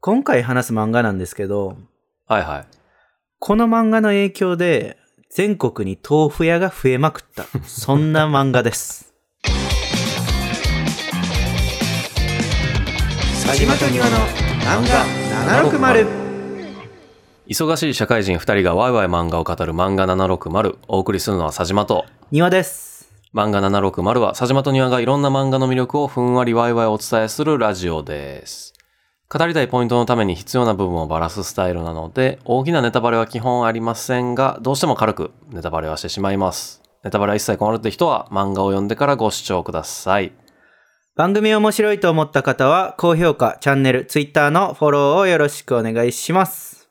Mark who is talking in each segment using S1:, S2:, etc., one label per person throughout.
S1: 今回話す漫画なんですけど、
S2: はいはい。
S1: この漫画の影響で全国に豆腐屋が増えまくった。そんな漫画です。
S2: 佐島と庭の
S1: 漫画760。
S2: 忙しい社会人2人がワイワイ漫画を語る漫画760お送りするのは佐島と
S1: 庭です。
S2: 漫画760は佐島と庭がいろんな漫画の魅力をふんわりワイワイお伝えするラジオです語りたいポイントのために必要な部分をバラすスタイルなので大きなネタバレは基本ありませんがどうしても軽くネタバレはしてしまいますネタバレは一切困るって人は漫画を読んでからご視聴ください
S1: 番組面白いと思った方は、高評価、チャンネル、ツイッターのフォローをよろしくお願いします。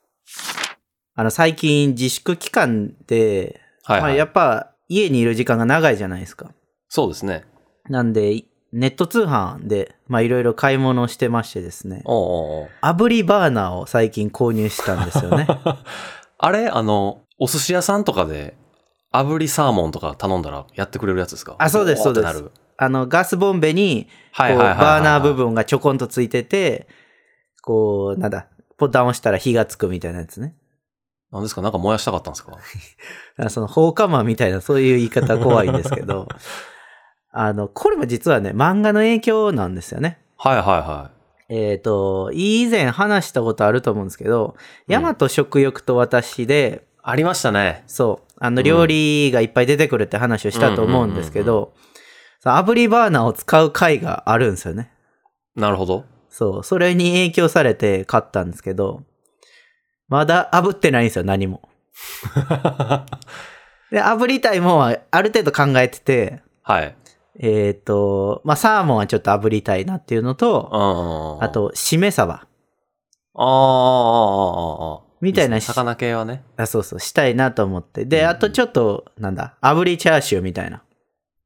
S1: あの、最近自粛期間で、
S2: はい、はい
S1: まあやっぱ家にいる時間が長いじゃないですか。
S2: そうですね
S1: なんで、ネット通販で、まあいろいろ買い物をしてましてですね。
S2: おうおうおう
S1: 炙りバーナーを最近購入したんですよ ね。
S2: あれあの、お寿司屋さんとかで、炙りサーモンとか頼んだらやってくれるやつですか
S1: あそうです
S2: おーっ
S1: そ
S2: て
S1: うです
S2: なる
S1: あの、ガスボンベに、こ
S2: は
S1: う、
S2: いはいはいはいは
S1: バ
S2: い
S1: ーナー部分がちょこんとついてて、こう、なんだ、ボタンを押したら火がつくみたいなやつね。
S2: なんですかなんか燃やしたかったんですか
S1: だからその放火魔みたいな、そういう言い方怖いんですけど、 あの、これも実はね、漫画の影響なんですよね。
S2: はいはいは
S1: えっ、と、以前話したことあると思うんですけど、
S2: うん
S1: ヤマト食欲と私で、
S2: い。ありましたね。
S1: そう。あ
S2: う
S1: の、
S2: ん
S1: 料理がいっぱい出てくるって話をしたと思うんですけど、その炙りバーナーを使う回があるんですよね。
S2: なるほ ど。
S1: そう。それに影響されて買ったんですけど、まだ炙ってないんですよ、何も。で、炙りたいもんはある程度考えてて、
S2: はい。
S1: えっ、と、まあ、サーモンはちょっと炙りたいなっていうの
S2: うん
S1: と、
S2: うんうん。
S1: あ、と、しめ鯖
S2: あーあー、あーあー、あー
S1: みたいな
S2: ですね魚系はね。
S1: あ、そうそう、したいなと思って。
S2: うん
S1: で、
S2: うん
S1: あとちょっと、なんだ、炙りチャーシューみたいな。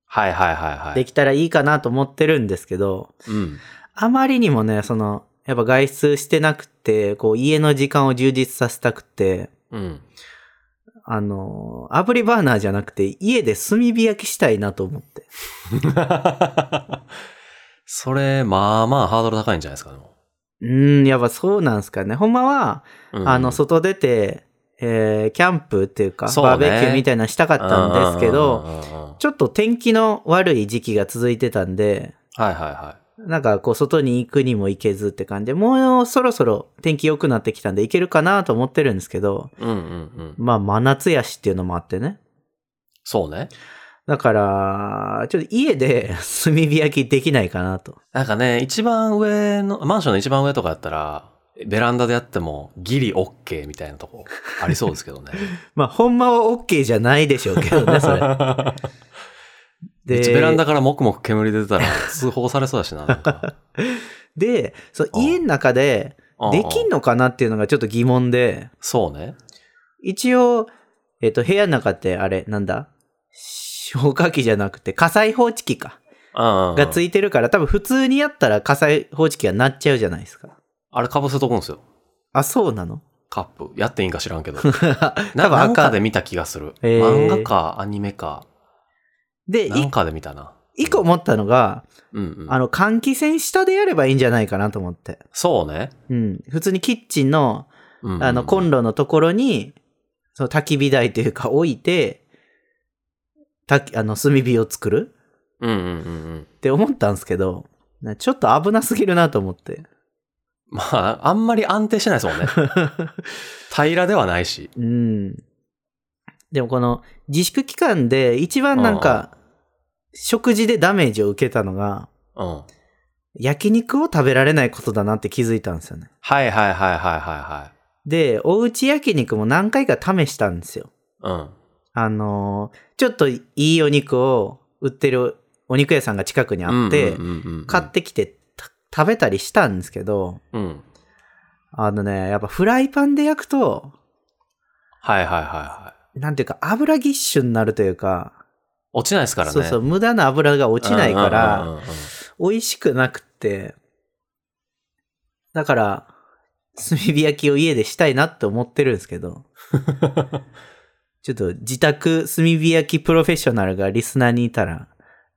S2: はいはいはいはい。
S1: できたらいいかなと思ってるんですけど、
S2: うん。
S1: あまりにもね、その、やっぱ外出してなくて、こう家の時間を充実させたくて、
S2: うん。
S1: あの、炙りバーナーじゃなくて、家で炭火焼きしたいなと思って。
S2: それ、まあまあハードル高いんじゃないですか、でも。
S1: うーん、やっぱそうなんすかね。ほんまは、
S2: うん
S1: あの、外出て、えーキャンプっていうか、
S2: そうね
S1: バーベキューみたいなのしたかったんですけ
S2: う
S1: ど、
S2: んうんうんうんうん
S1: ちょっと天気の悪い時期が続いてたんで、
S2: はいはいはい。
S1: なんかこう外に行くにも行けずって感じで、もうそろそろ天気良くなってきたんで行けるかなと思ってるんですけど、
S2: うんうんうん。
S1: まあ真夏やしっていうのもあってね。
S2: そうね。
S1: だから、ちょっと家で 炭火焼きできないかなと。
S2: なんかね、一番上の、マンションの一番上とかやったら、ベランダでやってもギリオッケーみたいなとこありそうです けどね。
S1: まあ、ほんまは OK じゃないでしょうけどね、そ れ。
S2: う
S1: で、
S2: ちベランダからもくもく煙出てたら通報されそうだしな。なんか
S1: で、そう
S2: うん
S1: 家の中で できん
S2: の
S1: のかなっていうのがちょっと疑問で、
S2: そうね。
S1: 一応、えっ、と、部屋の中ってあれ、なんだ消火器じゃなくて火災報知器か。が
S2: が
S1: ついてるから、多分普通にやったら火災報知器が鳴っちゃうじゃないですか。
S2: あれかぶせとくんですよ。
S1: あ、そうなの
S2: カップ。やっていいんか知らんけど。
S1: 多
S2: な
S1: 分
S2: なんか
S1: 赤
S2: で
S1: で。
S2: 見た気がする。
S1: へー
S2: 漫画かアニメか。
S1: で、
S2: ないんかで見たな。
S1: 一個思ったのが、
S2: うんうん。
S1: あの、換気扇下でやればいいんじゃないかなと思って。
S2: そうね。
S1: うん。普通にキッチンの、
S2: うんうん
S1: あの、コンロのところに、その焚き火台というか置いて、たき、あの、炭火を作る
S2: うんうんうんうん。
S1: って思ったんですけど、なちょっと危なすぎるなと思 って。
S2: まあ、あんまり安定してないですもんね。平らではないし。
S1: うん。でもこの自粛期間で一番なんか、食事でダメージを受けたのが、
S2: うん。はい
S1: 焼肉を食べられないことだなって気づいたんですよね。
S2: はいはいはいは
S1: で、おうち焼肉も何回か試したんですよ。
S2: いはい。うん。
S1: あのーちょっといいお肉を売ってるお肉屋さんが近くにあって、
S2: うんうんうんうん、
S1: 買ってきてた食べたりしたんですけど、
S2: うん。
S1: あのね、やっぱフライパンで焼くと、
S2: はいはいはいはい。
S1: なんていうか油ぎっしゅになるというか、
S2: 落ちないですからね。
S1: そうそう、無駄な油が落ちないか
S2: うんうん
S1: ら、
S2: うんうん
S1: 美味しくなくって、だから、炭火焼きを家でしたいなって思ってるんですけ ど、ちょっと自宅炭火焼きプロフェッショナルがリスナーにいたら、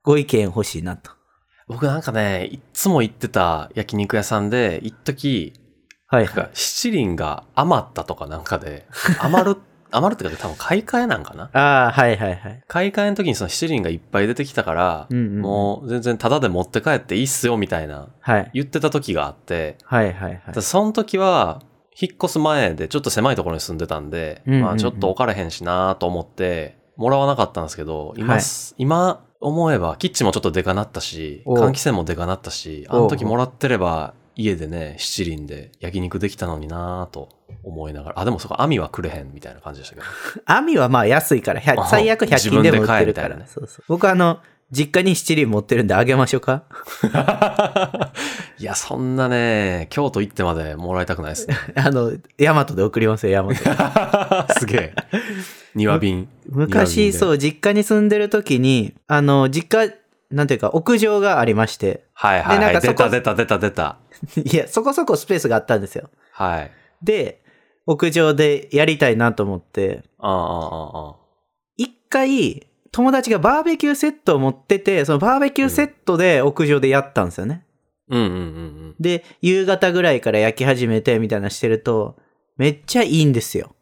S1: ご意見欲しいなと。
S2: 僕なんかね、いっつも行ってた焼肉屋さんで、一時
S1: はい
S2: なん
S1: はい。
S2: か七輪が余ったとかなん かで、余る、余るってか多分買い替えなんかな
S1: ああ、はいはいはい。
S2: 買い替えの時にその七輪がいっぱい出てきたから、
S1: うんうんうん
S2: もう全然タダで持って帰っていいっすよみたいな
S1: はい。
S2: 言ってた時があって、
S1: はいはいはい
S2: ただ。その時は、引っ越す前でちょっと狭いところに住んでたんで、
S1: うんうんうん
S2: まあちょっと置かれへんしなと思って、もらわなかったんですけど、今、
S1: はい
S2: 今思えばキッチンもちょっとでかなったし、
S1: おう
S2: 換気扇もでかなったし、あ
S1: おうお
S2: の
S1: う
S2: 時もらってれば家でね、七輪で焼肉できたのになと思いながら、あ、でもそこ網はくれへんみたいな感じで したけど。
S1: 網はまあ安いから、100
S2: あ
S1: 最悪100均でも売ってるか
S2: 自分で買えみたい
S1: ら。
S2: なね
S1: そうそう僕あの、実家に七輪持ってるんであげましょうか
S2: いや、そんなね、京都行ってまでもらいたくな いですね。
S1: あの、ヤマトで送りますよ、ヤマト。
S2: すげえ。庭瓶。
S1: 昔、
S2: う。
S1: そう、実家に住んでる時に、あの、実家、なんていうか、屋上がありまして、
S2: はいはい、
S1: でな
S2: は
S1: んか
S2: い。出
S1: そこ
S2: た出た出た出た。
S1: いや、そこそこスペースがあったんですよ。
S2: はい。
S1: で、屋上でやりたいなと思って、
S2: うんうんうんうん。
S1: 一回、友達がバーベキューセットを持ってて、そのバーベキューセットで屋上でやったんですよね。
S2: うんうんうん
S1: で、夕方ぐらいから焼き始めてみたいなしてると、めっちゃいいんですよ。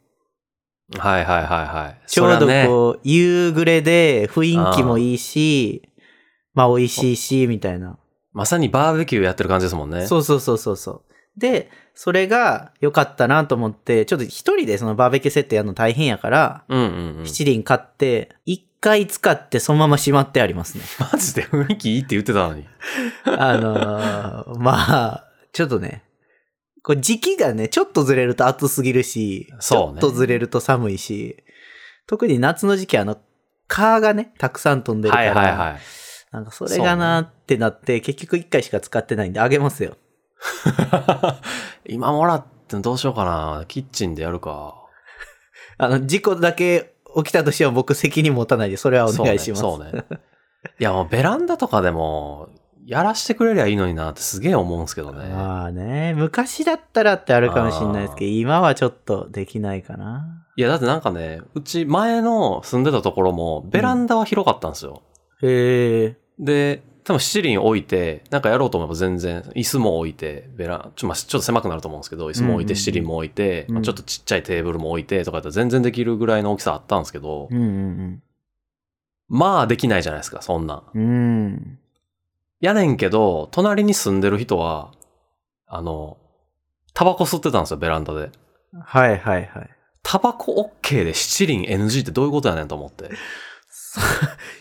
S2: うん。はいはいはいはい。
S1: ちょう
S2: そ
S1: ど
S2: りゃね、
S1: こう、夕暮れで雰囲気もいいし、まあ美味しいし、みたいな。
S2: まさにバーベキューやってる感じですもんね。
S1: そうそうそうそうそう。で、それが良かったなと思って、ちょっと一人でそのバーベキューセットやるの大変やから、
S2: うんうんうん。
S1: 七輪買って、一回使ってそのまましまってあり ますね。
S2: マジで雰囲気いいって言ってたのに。
S1: あのーまあ、ちょっとね、こう時期がね、ちょっとずれると暑すぎるし、
S2: そうね
S1: ちょっとずれると寒いし、特に夏の時期あの、蚊がね、たくさん飛んでるか
S2: は
S1: ら、
S2: いはいはい。
S1: なんかそれがなーってなって、結局一回しか使ってないんであげますよ。
S2: 今もらってどうしようかな。キッチンでやるか。
S1: あの、事故だけ起きたとしても僕責任持たないで、それはお願いします。
S2: そうね。そうねいやもうベランダとかでも、やらしてくれりゃいいのになってすげえ思うんですけどね。
S1: まあね、昔だったらってあるかもしれないですけど、今はちょっとできないかな。
S2: いやだってなんかね、うち前の住んでたところもベランダは広かったんですよ。
S1: へえ。
S2: で、多分七輪置いて、なんかやろうと思えば全然、椅子も置いて、ベラン、ちょ,、まあ、ちょっと狭くなると思うんですけど、椅子も置い
S1: うんうんうん
S2: て、七輪も置いて、まあ
S1: うん
S2: ちょっとちっちゃいテーブルも置いてとかやったら全然できるぐらいの大きさあったんですけど、
S1: うんうん
S2: まあできないじゃないですか、そんなん。
S1: うん。うん。
S2: やねんけど、隣に住んでる人は、あの、タバコ吸ってたんですよ、ベランダで。
S1: はいはいはい。
S2: タバコ OK で七輪 NG ってどういうことやねんと思って。
S1: そ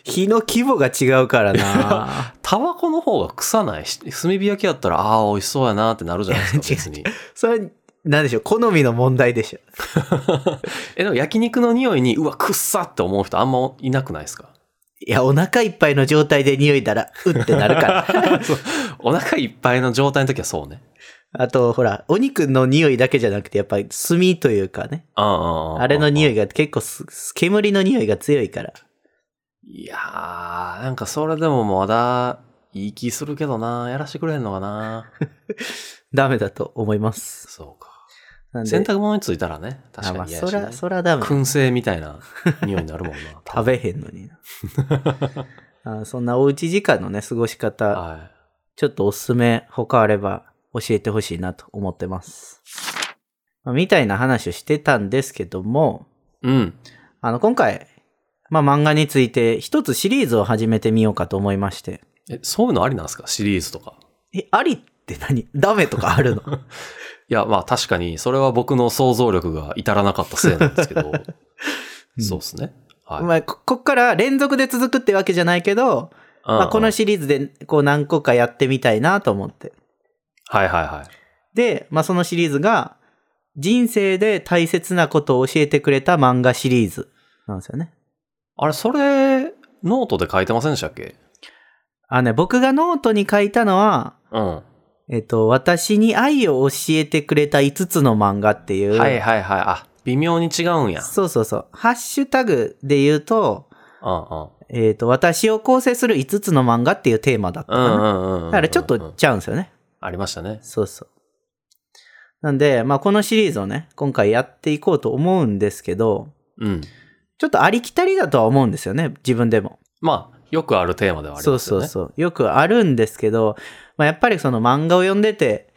S1: 火の規模が違うからな。
S2: タバコの方が臭ないし炭火焼きやったら、ああ、美味しそうやなってなるじゃないです か、
S1: 違う
S2: 別に。
S1: それ、なんでしょう、好みの問題でしょ。
S2: え、でも焼肉の匂いに、うわ、くっさって思う人あんまいなくないで すか
S1: いや、お腹いっぱいの状態で匂いだら、うってなる から。
S2: そう お腹いっぱいの状態の時はそうね。
S1: あと、ほら、お肉の匂いだけじゃなくて、やっぱり炭というかね、
S2: うんうんうん。
S1: あれの匂
S2: い。
S1: いが結構す、煙の匂いが強いから。
S2: いやー、なんかそれでもまだ、いい気するけどなやらしてくれへんの かな
S1: ダメだと思います。
S2: そうか。
S1: なんで
S2: 洗濯物についたらね、確
S1: あ、ま
S2: か
S1: あ、
S2: に嫌
S1: そ
S2: やし、ね
S1: ら、そらダメ。
S2: 燻製みたいな匂いになるもんな。
S1: 食べへんの にな。あそんなおうち時間のね、過ごし 方、
S2: は
S1: ちょっとおすすめ、他あれば教えてほしいなと思ってます。まあみたいな話をしてたんですけども、
S2: い。うん。
S1: あの、今回、まあ、漫画について一つシリーズを始めてみようかと思いまして。
S2: え、そういうのありなんですかシリーズとか。
S1: え、ありって何ダメとかある の
S2: いや、まあ確かに、それは僕の想像力が至らなかったせいなんですけ ど、
S1: ん
S2: そうですね。はい。
S1: まあ、ここっから連続で続くってわけじゃないけど、
S2: うん
S1: ま
S2: う
S1: あ、
S2: ん
S1: このシリーズでこう何個かやってみたいなと思って。
S2: はいはいはい。
S1: で、まあ、そのシリーズが、人生で大切なことを教えてくれた漫画シリーズなんですよね。
S2: あれ、それ、ノートで書いてませんでしたっけ
S1: あのね、僕がノートに書いたのは、
S2: うん。は
S1: えっと、私に愛を教えてくれた5つの漫画ってい、
S2: いうはいはい。あ、微妙に違うんや。
S1: そうそうそう。ハッシュタグで言うと、
S2: うんうん。
S1: えっ、と、私を構成する5つの漫画っていうテーマだった
S2: う
S1: かな。
S2: んうんうんうんうん。
S1: だからちょっとちゃうんですよね。
S2: ありましたね。
S1: そうそう。なんで、まあこのシリーズをね、今回やっていこうと思うんですけど、
S2: うん。
S1: ちょっとありきたりだとは思うんですよね、自分でも。
S2: まあ、よくあるテーマではあり
S1: そう
S2: ます
S1: そ
S2: よ
S1: う
S2: ね。う
S1: そう。よくあるんですけど、まあ、やっぱりその漫画を読んでて、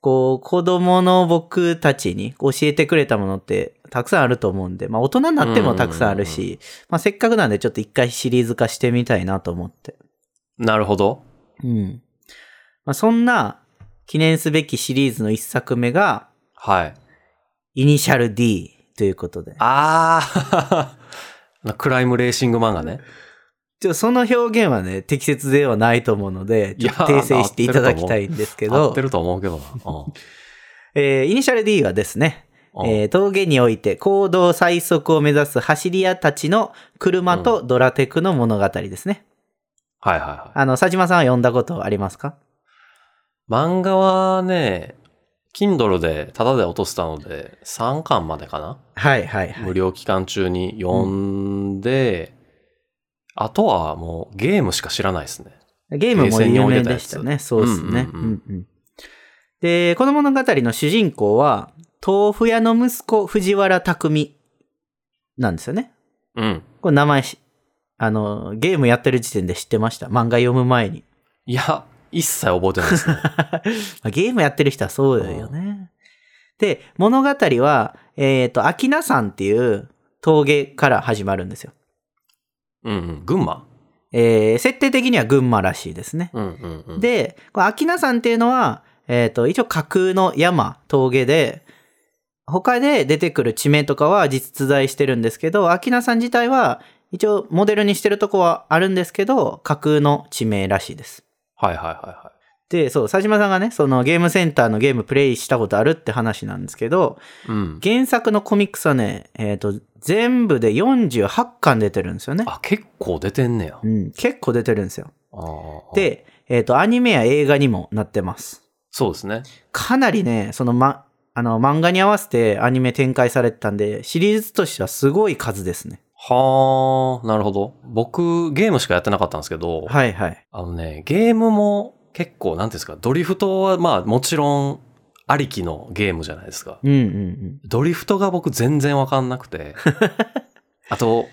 S1: こう、子供の僕たちに教えてくれたものってたくさんあると思うんで、まあ大人になってもたくさんある
S2: うん
S1: し、まあせっかくなんでちょっと一回シリーズ化してみたいなと思って。
S2: なるほど。
S1: うん。まあそんな記念すべきシリーズの一作目が、
S2: はい。
S1: イニシャル D ということで。
S2: あー クライムレーシング漫画ね。
S1: ちょその表現はね、適切ではないと思うので、
S2: い
S1: ちょ
S2: や
S1: っと訂正していただきたいんですけ
S2: 合っ
S1: ど
S2: て、ると思うけどな。
S1: えーイニシャル D はですね、
S2: うんうん
S1: えー峠において行動最速を目指す走り屋たちの車とドラテクの物語ですね。
S2: はいはいはい。
S1: あの、佐島さんは読んだことありますか
S2: 漫画はね、Kindle でタダで落とせたので、3巻までかな、
S1: はいはいは
S2: 無
S1: い。
S2: 料期間中に読んで、あとはもうゲームしか知らないですね。
S1: ゲームも有名でしたね。そうですね、
S2: うん
S1: う
S2: うんうん
S1: んうんで、この物語の主人公は、豆腐屋の息子、藤原匠なんですよね。
S2: うん。
S1: これ名前し、あの、ゲームやってる時点で知ってました。漫画読む前に。
S2: いや、一切覚えてないです ね。
S1: まあゲームやってる人はそうよね。で、物語は、えっ、と、秋名山っていう峠から始まるんですよ。
S2: うんうん。群馬
S1: えー設定的には群馬らしいですね。
S2: うんうんうん。、
S1: で、この秋名山っていうのは、えっ、と、一応架空の山、峠で、他で出てくる地名とかは実在してるんですけど、秋名山自体は一応モデルにしてるとこはあるんですけど、架空の地名らしいです。
S2: はいはいはいは
S1: で、そう、佐島さんがね、そのゲームセンターのゲームプレイしたことあるって話なんですけど、
S2: い。うん。
S1: 原作のコミックスはね、えっ、と、全部で48巻出てるんですよね。
S2: あ、結構出てんねや。
S1: うん、結構出てるんですよ。
S2: あー、
S1: で、えっ、と、アニメや映画にもなってます。
S2: そうですね。
S1: かなりね、そのま、あの、漫画に合わせてアニメ展開されてたんで、シリーズとしてはすごい数ですね。
S2: はあ、なるほど。僕、ゲームしかやってなかったんですけど、
S1: はいはい。
S2: あのね、ゲームも結構、なんていうんですか、ドリフトはまあもちろんありきのゲームじゃないですか。
S1: うんうんうん。
S2: ドリフトが僕全然わかんなく て。あと、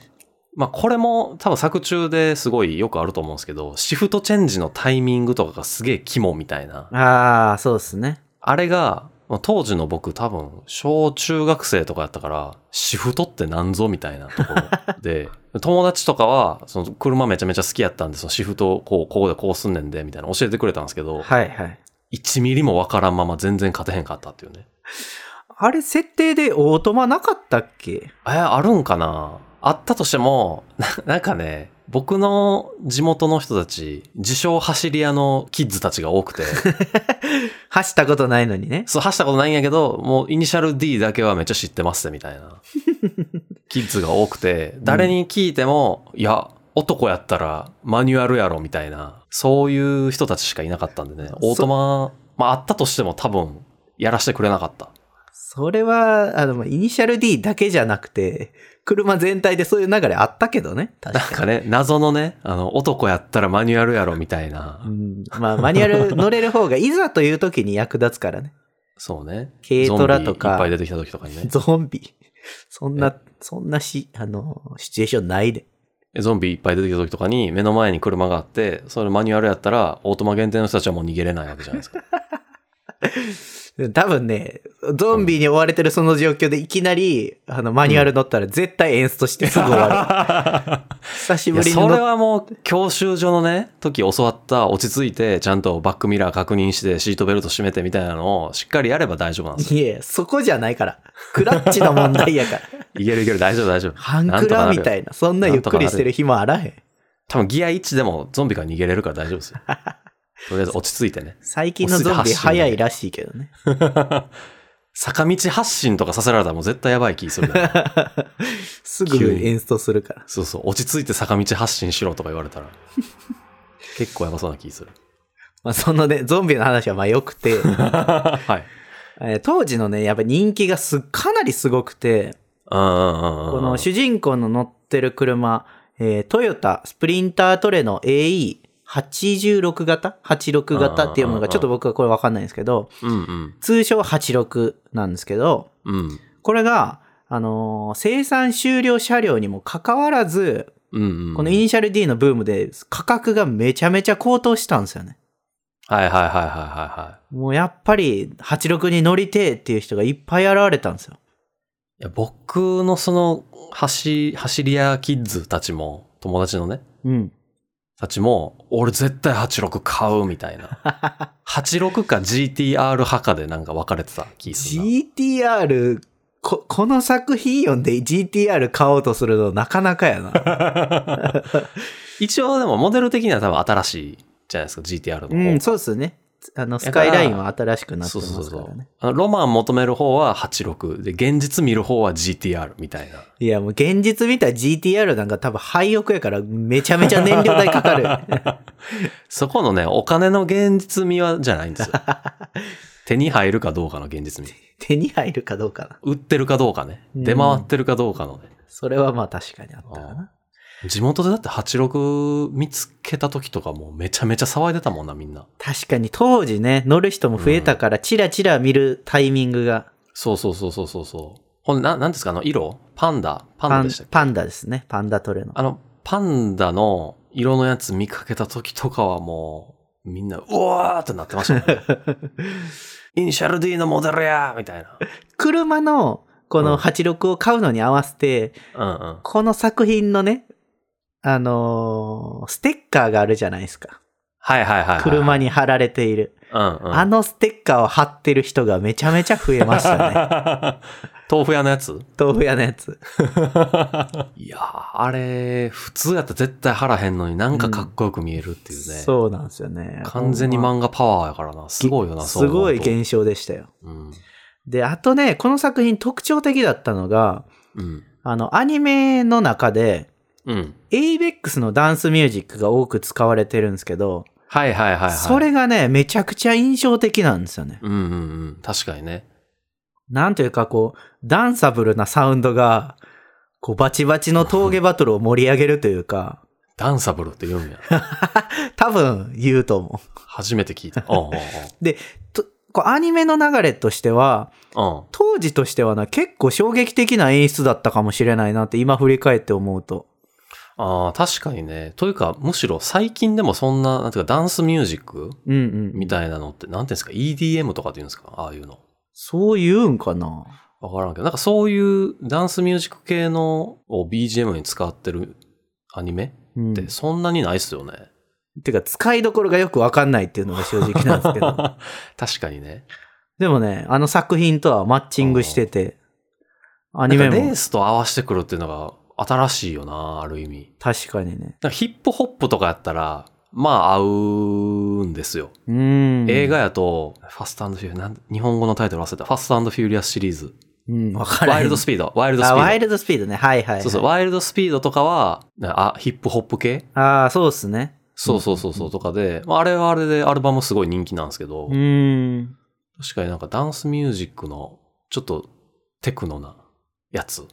S2: まあこれも多分作中ですごいよくあると思うんですけど、シフトチェンジのタイミングとかがすげえ肝みたいな。
S1: ああ、そうですね。
S2: あれが、まあ当時の僕多分小中学生とかやったから、シフトってなんぞみたいなところ で、友達とかは、その車めちゃめちゃ好きやったんで、そのシフトをこう、ここでこうすんねんで、みたいな教えてくれたんですけど、
S1: はいはい。
S2: 1ミリもわからんまま全然勝てへんかったっていうね。
S1: あれ、設定でオートマなかったっけ
S2: え、あるんかなあったとしても、ななんかね、僕の地元の人たち、自称走り屋のキッズたちが多くて、
S1: 走ったことないのにね。
S2: そう、走ったことないんやけど、もうイニシャル D だけはめっちゃ知ってますってみたいな。キッズが多くて、誰に聞いても、いや、男やったらマニュアルやろみたいな、そういう人たちしかいなかったんでね、オートマ、まああったとしても多分、やらせてくれなかった。
S1: それは、あの、まあイニシャル D だけじゃなくて、車全体でそういう流れあったけどね。確
S2: なん
S1: か
S2: かね、謎のね、あの、男やったらマニュアルやろみたいな
S1: に。う。ん。まあ、マニュアル乗れる方が、いざという時に役立つからね。
S2: そうね。
S1: 軽トラとか
S2: ゾンビいっぱい出てきた時とかにね。
S1: ゾンビ。そんな、そんなし、あの、シチュエーションないで。
S2: ゾンビいっぱい出てきた時とかに目の前に車があって、それマニュアルやったらオートマ限定の人たちはもう逃げれないわけじゃないで すか。
S1: 多分ね、ゾンビに追われてるその状況でいきなり、あの、マニュアル乗ったら絶対エンスト してすぐ終わる。久し
S2: い
S1: ぶ
S2: や
S1: りに
S2: そ
S1: 乗
S2: れ
S1: っ
S2: はもう教習所のね、時教わった落ち着いてちゃんとバックミラー確認してシートベルト締めてみたいなのをしっかりやれば大丈夫なんですよ。
S1: いや、そこじゃないから。クラッチの問題や から。
S2: いけるいける大丈夫大丈夫。
S1: 半クラみた
S2: い。
S1: いな。そんなゆっくりしてる暇あらへん。
S2: 多分ギア1でもゾンビから逃げれるから大丈夫ですよ。とりあえず落ち着いて ね。
S1: 最近のゾンビ早いらしいけどね。
S2: 坂道発進とかさせられたらもう絶対やばい気するから。
S1: すぐエンストするから。
S2: そうそう、落ち着いて坂道発進しろとか言われ たら、結構やばそうな気する。
S1: まあ、そのね、ゾンビの話はまあ良く て、
S2: はい。
S1: えー当時のね、やっぱ人気がす、かなりすごくて、
S2: うんうんうんうん。
S1: この主人公の乗ってる車、えートヨタスプリンタートレの AE86 型 ?86 型っていうもの
S2: うんうんうんう
S1: が、
S2: ん
S1: ちょっと僕はこれわかんないんですけど、
S2: うんうん。
S1: 通称86なんですけど、
S2: うん。
S1: これが、あのー生産終了車両にもかかわらず、
S2: うんうん。
S1: このイニシャル D のブームで価格がめちゃめちゃ高騰したんですよね。
S2: はいはいはいはいはいはい。
S1: もうやっぱり86に乗りてえっていう人がいっぱい現れたんですよ。
S2: いや僕のその走走り屋キッズたちも友達のね
S1: うん。
S2: たちも俺絶対86買うみたいな 86か GTR 派かでなんか分かれてた気するな
S1: GTR、こ、この作品読んで GTR 買おうとするのなかなかやな。
S2: 一応でもモデル的には多分新しいじゃないですか GTR の方、
S1: うん、そうですよね。あの、ス
S2: だか
S1: カ
S2: ら
S1: イラインは新しくなって
S2: そ
S1: ま
S2: うそう
S1: す
S2: そ
S1: から
S2: う
S1: ね。
S2: あのロマン求める方は86で現実見る方は GTR みたいない
S1: や、もう現実見たら GTR なんか多分廃屋やからめちゃめちゃ燃料代かか る。
S2: そこのねお金の現実味はじゃないんで すよ手に入るかどうかの現実味
S1: 手に入るかどうかな。
S2: 売ってるかどうかね
S1: うん
S2: 出回ってるかどうかのね、
S1: それはまあ確かにあったかな。
S2: 地元でだって86見つけた時とかもうめちゃめちゃ騒いでたもんなみんな
S1: 確かに当時ね、乗る人も増えたから、チラチラ見るタイミングが、
S2: そうそうそうそうそうそうほんななんですかあの色パンダパ
S1: パ
S2: ンダ
S1: ン
S2: でしたっけ
S1: パンダですね。パンダトレの。
S2: あのパンダの色のやつ見かけた時とかはもうみんなうわーってなってましたもんね イニシャル D のモデルやーみたいな
S1: 車のこ
S2: うん
S1: の86を買うのに合わせて、
S2: うんうん
S1: この作品のね、あのーステッカーがあるじゃないですか。
S2: はいはいはい、はい、
S1: 車に貼られている。
S2: うんうん
S1: あのステッカーを貼ってる人がめちゃめちゃ増えましたね。
S2: 豆腐屋のやつ
S1: 豆腐屋のやつ。
S2: いやーあれ普通やったら絶対腹へんのになんかかっこよく見えるっていうね、
S1: そうなんですよね。
S2: 完全に
S1: ほんま
S2: 漫画パワーやからな。すごいよな、そう
S1: す
S2: 思
S1: ご
S2: う
S1: い
S2: と
S1: 現象でしたよ。
S2: うん。
S1: で、あとね、この作品特徴的だったのが、
S2: うん。
S1: あの、アニメの中で、
S2: うん。
S1: ABEX のダンスミュージックが多く使われてるんですけど、
S2: はいはいはいはい。
S1: そ。れがね、めちゃくちゃ印象的なんですよね。
S2: うんうんうん。確かにね。
S1: なんというかこう、ダンサブルなサウンドが、こう、バチバチの峠バトルを盛り上げるというか、
S2: ダンサブルって言うんや。
S1: 多分言うと思
S2: 初めて聞 いた。うんうん
S1: う。で、とこうアニメの流れとしては、
S2: うん。うん。
S1: 当時としてはな、結構衝撃的な演出だったかもしれないなって今振り返って思うと。
S2: ああ、確かにね。というか、むしろ最近でもそんな、なんていうか、ダンスミュージック
S1: うんうん。
S2: みたいなのって、なんていうんですか、EDM とかって言うんですかああいうの。
S1: そう言うんかな
S2: わからんけど、なんかそういうダンスミュージック系のを BGM に使ってるアニメ
S1: うん。
S2: ってそんなにないっすよね。
S1: てか、使いどころがよくわかんないっていうのが正直なんですけど。
S2: 確かにね。
S1: でもね、あの作品とはマッチングしてて、ア
S2: ア
S1: ニメ
S2: レ
S1: も
S2: ースと合わせてくるっていうのが新しいよな、ある意味。
S1: 確かにね。
S2: なんかヒップホップとかやったら、まあ合うんですよ。
S1: うん。
S2: 映画やと、ファストフューなん、日本語のタイトル忘れた。ファストフューリアスシリーズ。
S1: うん、わから
S2: ワ
S1: へ
S2: イ
S1: ん
S2: ルドスピード。ワイルドスピ
S1: あ、ワ
S2: ー
S1: イルドスピードね。はいはい、はい。
S2: ド。そうそう、ワイルドスピードとかは、あ、ヒップホップ系
S1: ああ、そうっすね。
S2: そうそうそうそうとかで、まああれはあれでアルバムすごい人気なんですけど、
S1: うーん。
S2: 確かになんかダンスミュージックの、ちょっとテクノなやつ。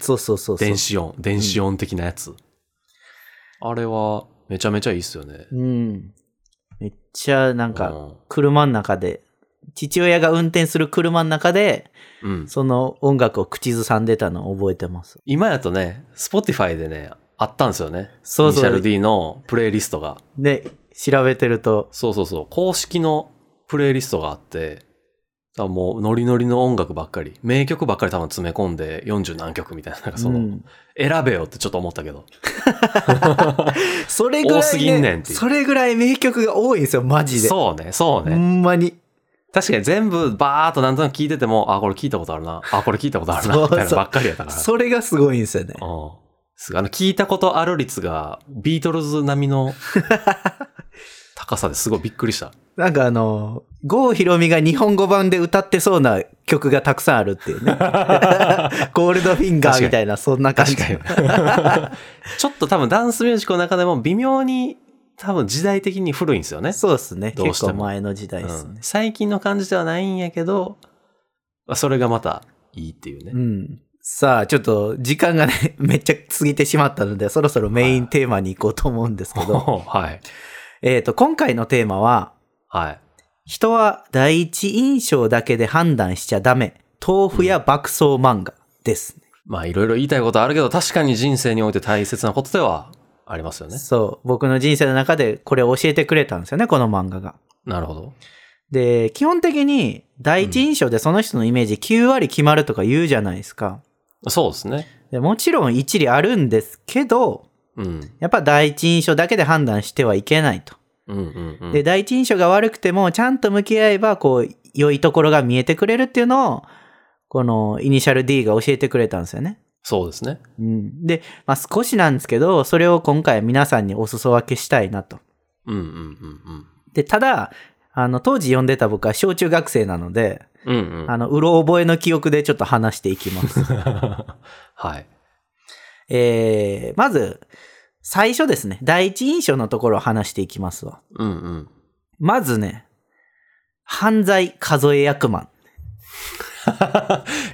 S1: そうそうそうそう
S2: 電。子音、電子音的なやつ。あれは、めちゃめちゃいいっすよね。
S1: うん。めっちゃ、なん
S2: う
S1: か、
S2: ん
S1: 車の中で、父親が運転する車の中で、
S2: うん。
S1: その音楽を口ずさんでたのを覚えてます。
S2: 今やとね、Spotify でね、あったんですよね。
S1: そう
S2: イニシャ
S1: そ
S2: ル
S1: う。
S2: D のプレイリストが。
S1: で、調べてると、
S2: そうそうそう。公式のプレイリストがあって、多分もうノリノリの音楽ばっかり、名曲ばっかり多分詰め込んで40何曲みたいな、なんかそうの、
S1: ん
S2: 選べよってちょっと思ったけど。
S1: それぐらい、ね、
S2: 多すぎんねんっていう
S1: それぐらい名曲が多いんですよ、マジで。
S2: そうね、そう
S1: ほ
S2: ね。
S1: んまに。
S2: 確かに全部バーっとなんとなく聞いてても、あ、これ聞いたことあるな。あ、これ聞いたことあるな。
S1: そう
S2: み
S1: そう
S2: たいなのばっかりやったから。
S1: それがすごいんですよね。
S2: うん。すあの、聞いたことある率が、ビートルズ並 みの高さですごいびっくりした。
S1: なんかあの、郷ひろみが日本語版で歌ってそうな曲がたくさんあるって いうね。ゴールドフィンガーみたいな、そんな感じ。
S2: に。 ちょっと多分ダンスミュージックの中でも微妙に、多分時代的に古いんですよね。
S1: そうですね。
S2: どうし
S1: 結
S2: ても
S1: 構前の時代です
S2: うん
S1: ね。
S2: 最近の感じではないんやけど、まあそれがまたいいっていうね。
S1: うん。さあ、ちょっと時間がね、 めっちゃ過ぎてしまったので、そろそろメインテーマに行こうと思うんですけど、
S2: はい。
S1: えっと、今回のテーマは、
S2: はい。
S1: 人は第一印象だけで判断しちゃダメ。豆腐や爆走漫画ですね。
S2: まあいろいろ言いたいことあるけど、確かに人生において大切なことではありますよね。
S1: そう。僕の人生の中でこれを教えてくれたんですよね、この漫画が。
S2: なるほど。
S1: で、基本的に第一印象でその人のイメージ9割決まるとか言うじゃないですか。
S2: そうですね。
S1: でもちろん一理あるんですけど、
S2: うん。
S1: やっぱ第一印象だけで判断してはいけないと。
S2: うんうんうん。
S1: で、第一印象が悪くても、ちゃんと向き合えば、こう、良いところが見えてくれるっていうのを、この、イニシャル D が教えてくれたんですよね。
S2: そうですね。
S1: うん。で、まあ、少しなんですけど、それを今回皆さんにお裾分けしたいなと。
S2: うんうんうん
S1: で、ただ、あの、当時読んでた僕は小中学生なので、
S2: うん。うんうん。
S1: あの、うろ覚えの記憶でちょっと話していき ます。
S2: はい。
S1: えー、まず、最初ですね。第一印象のところを話していきますわ。
S2: うんうん。
S1: まずね、犯罪数え役満。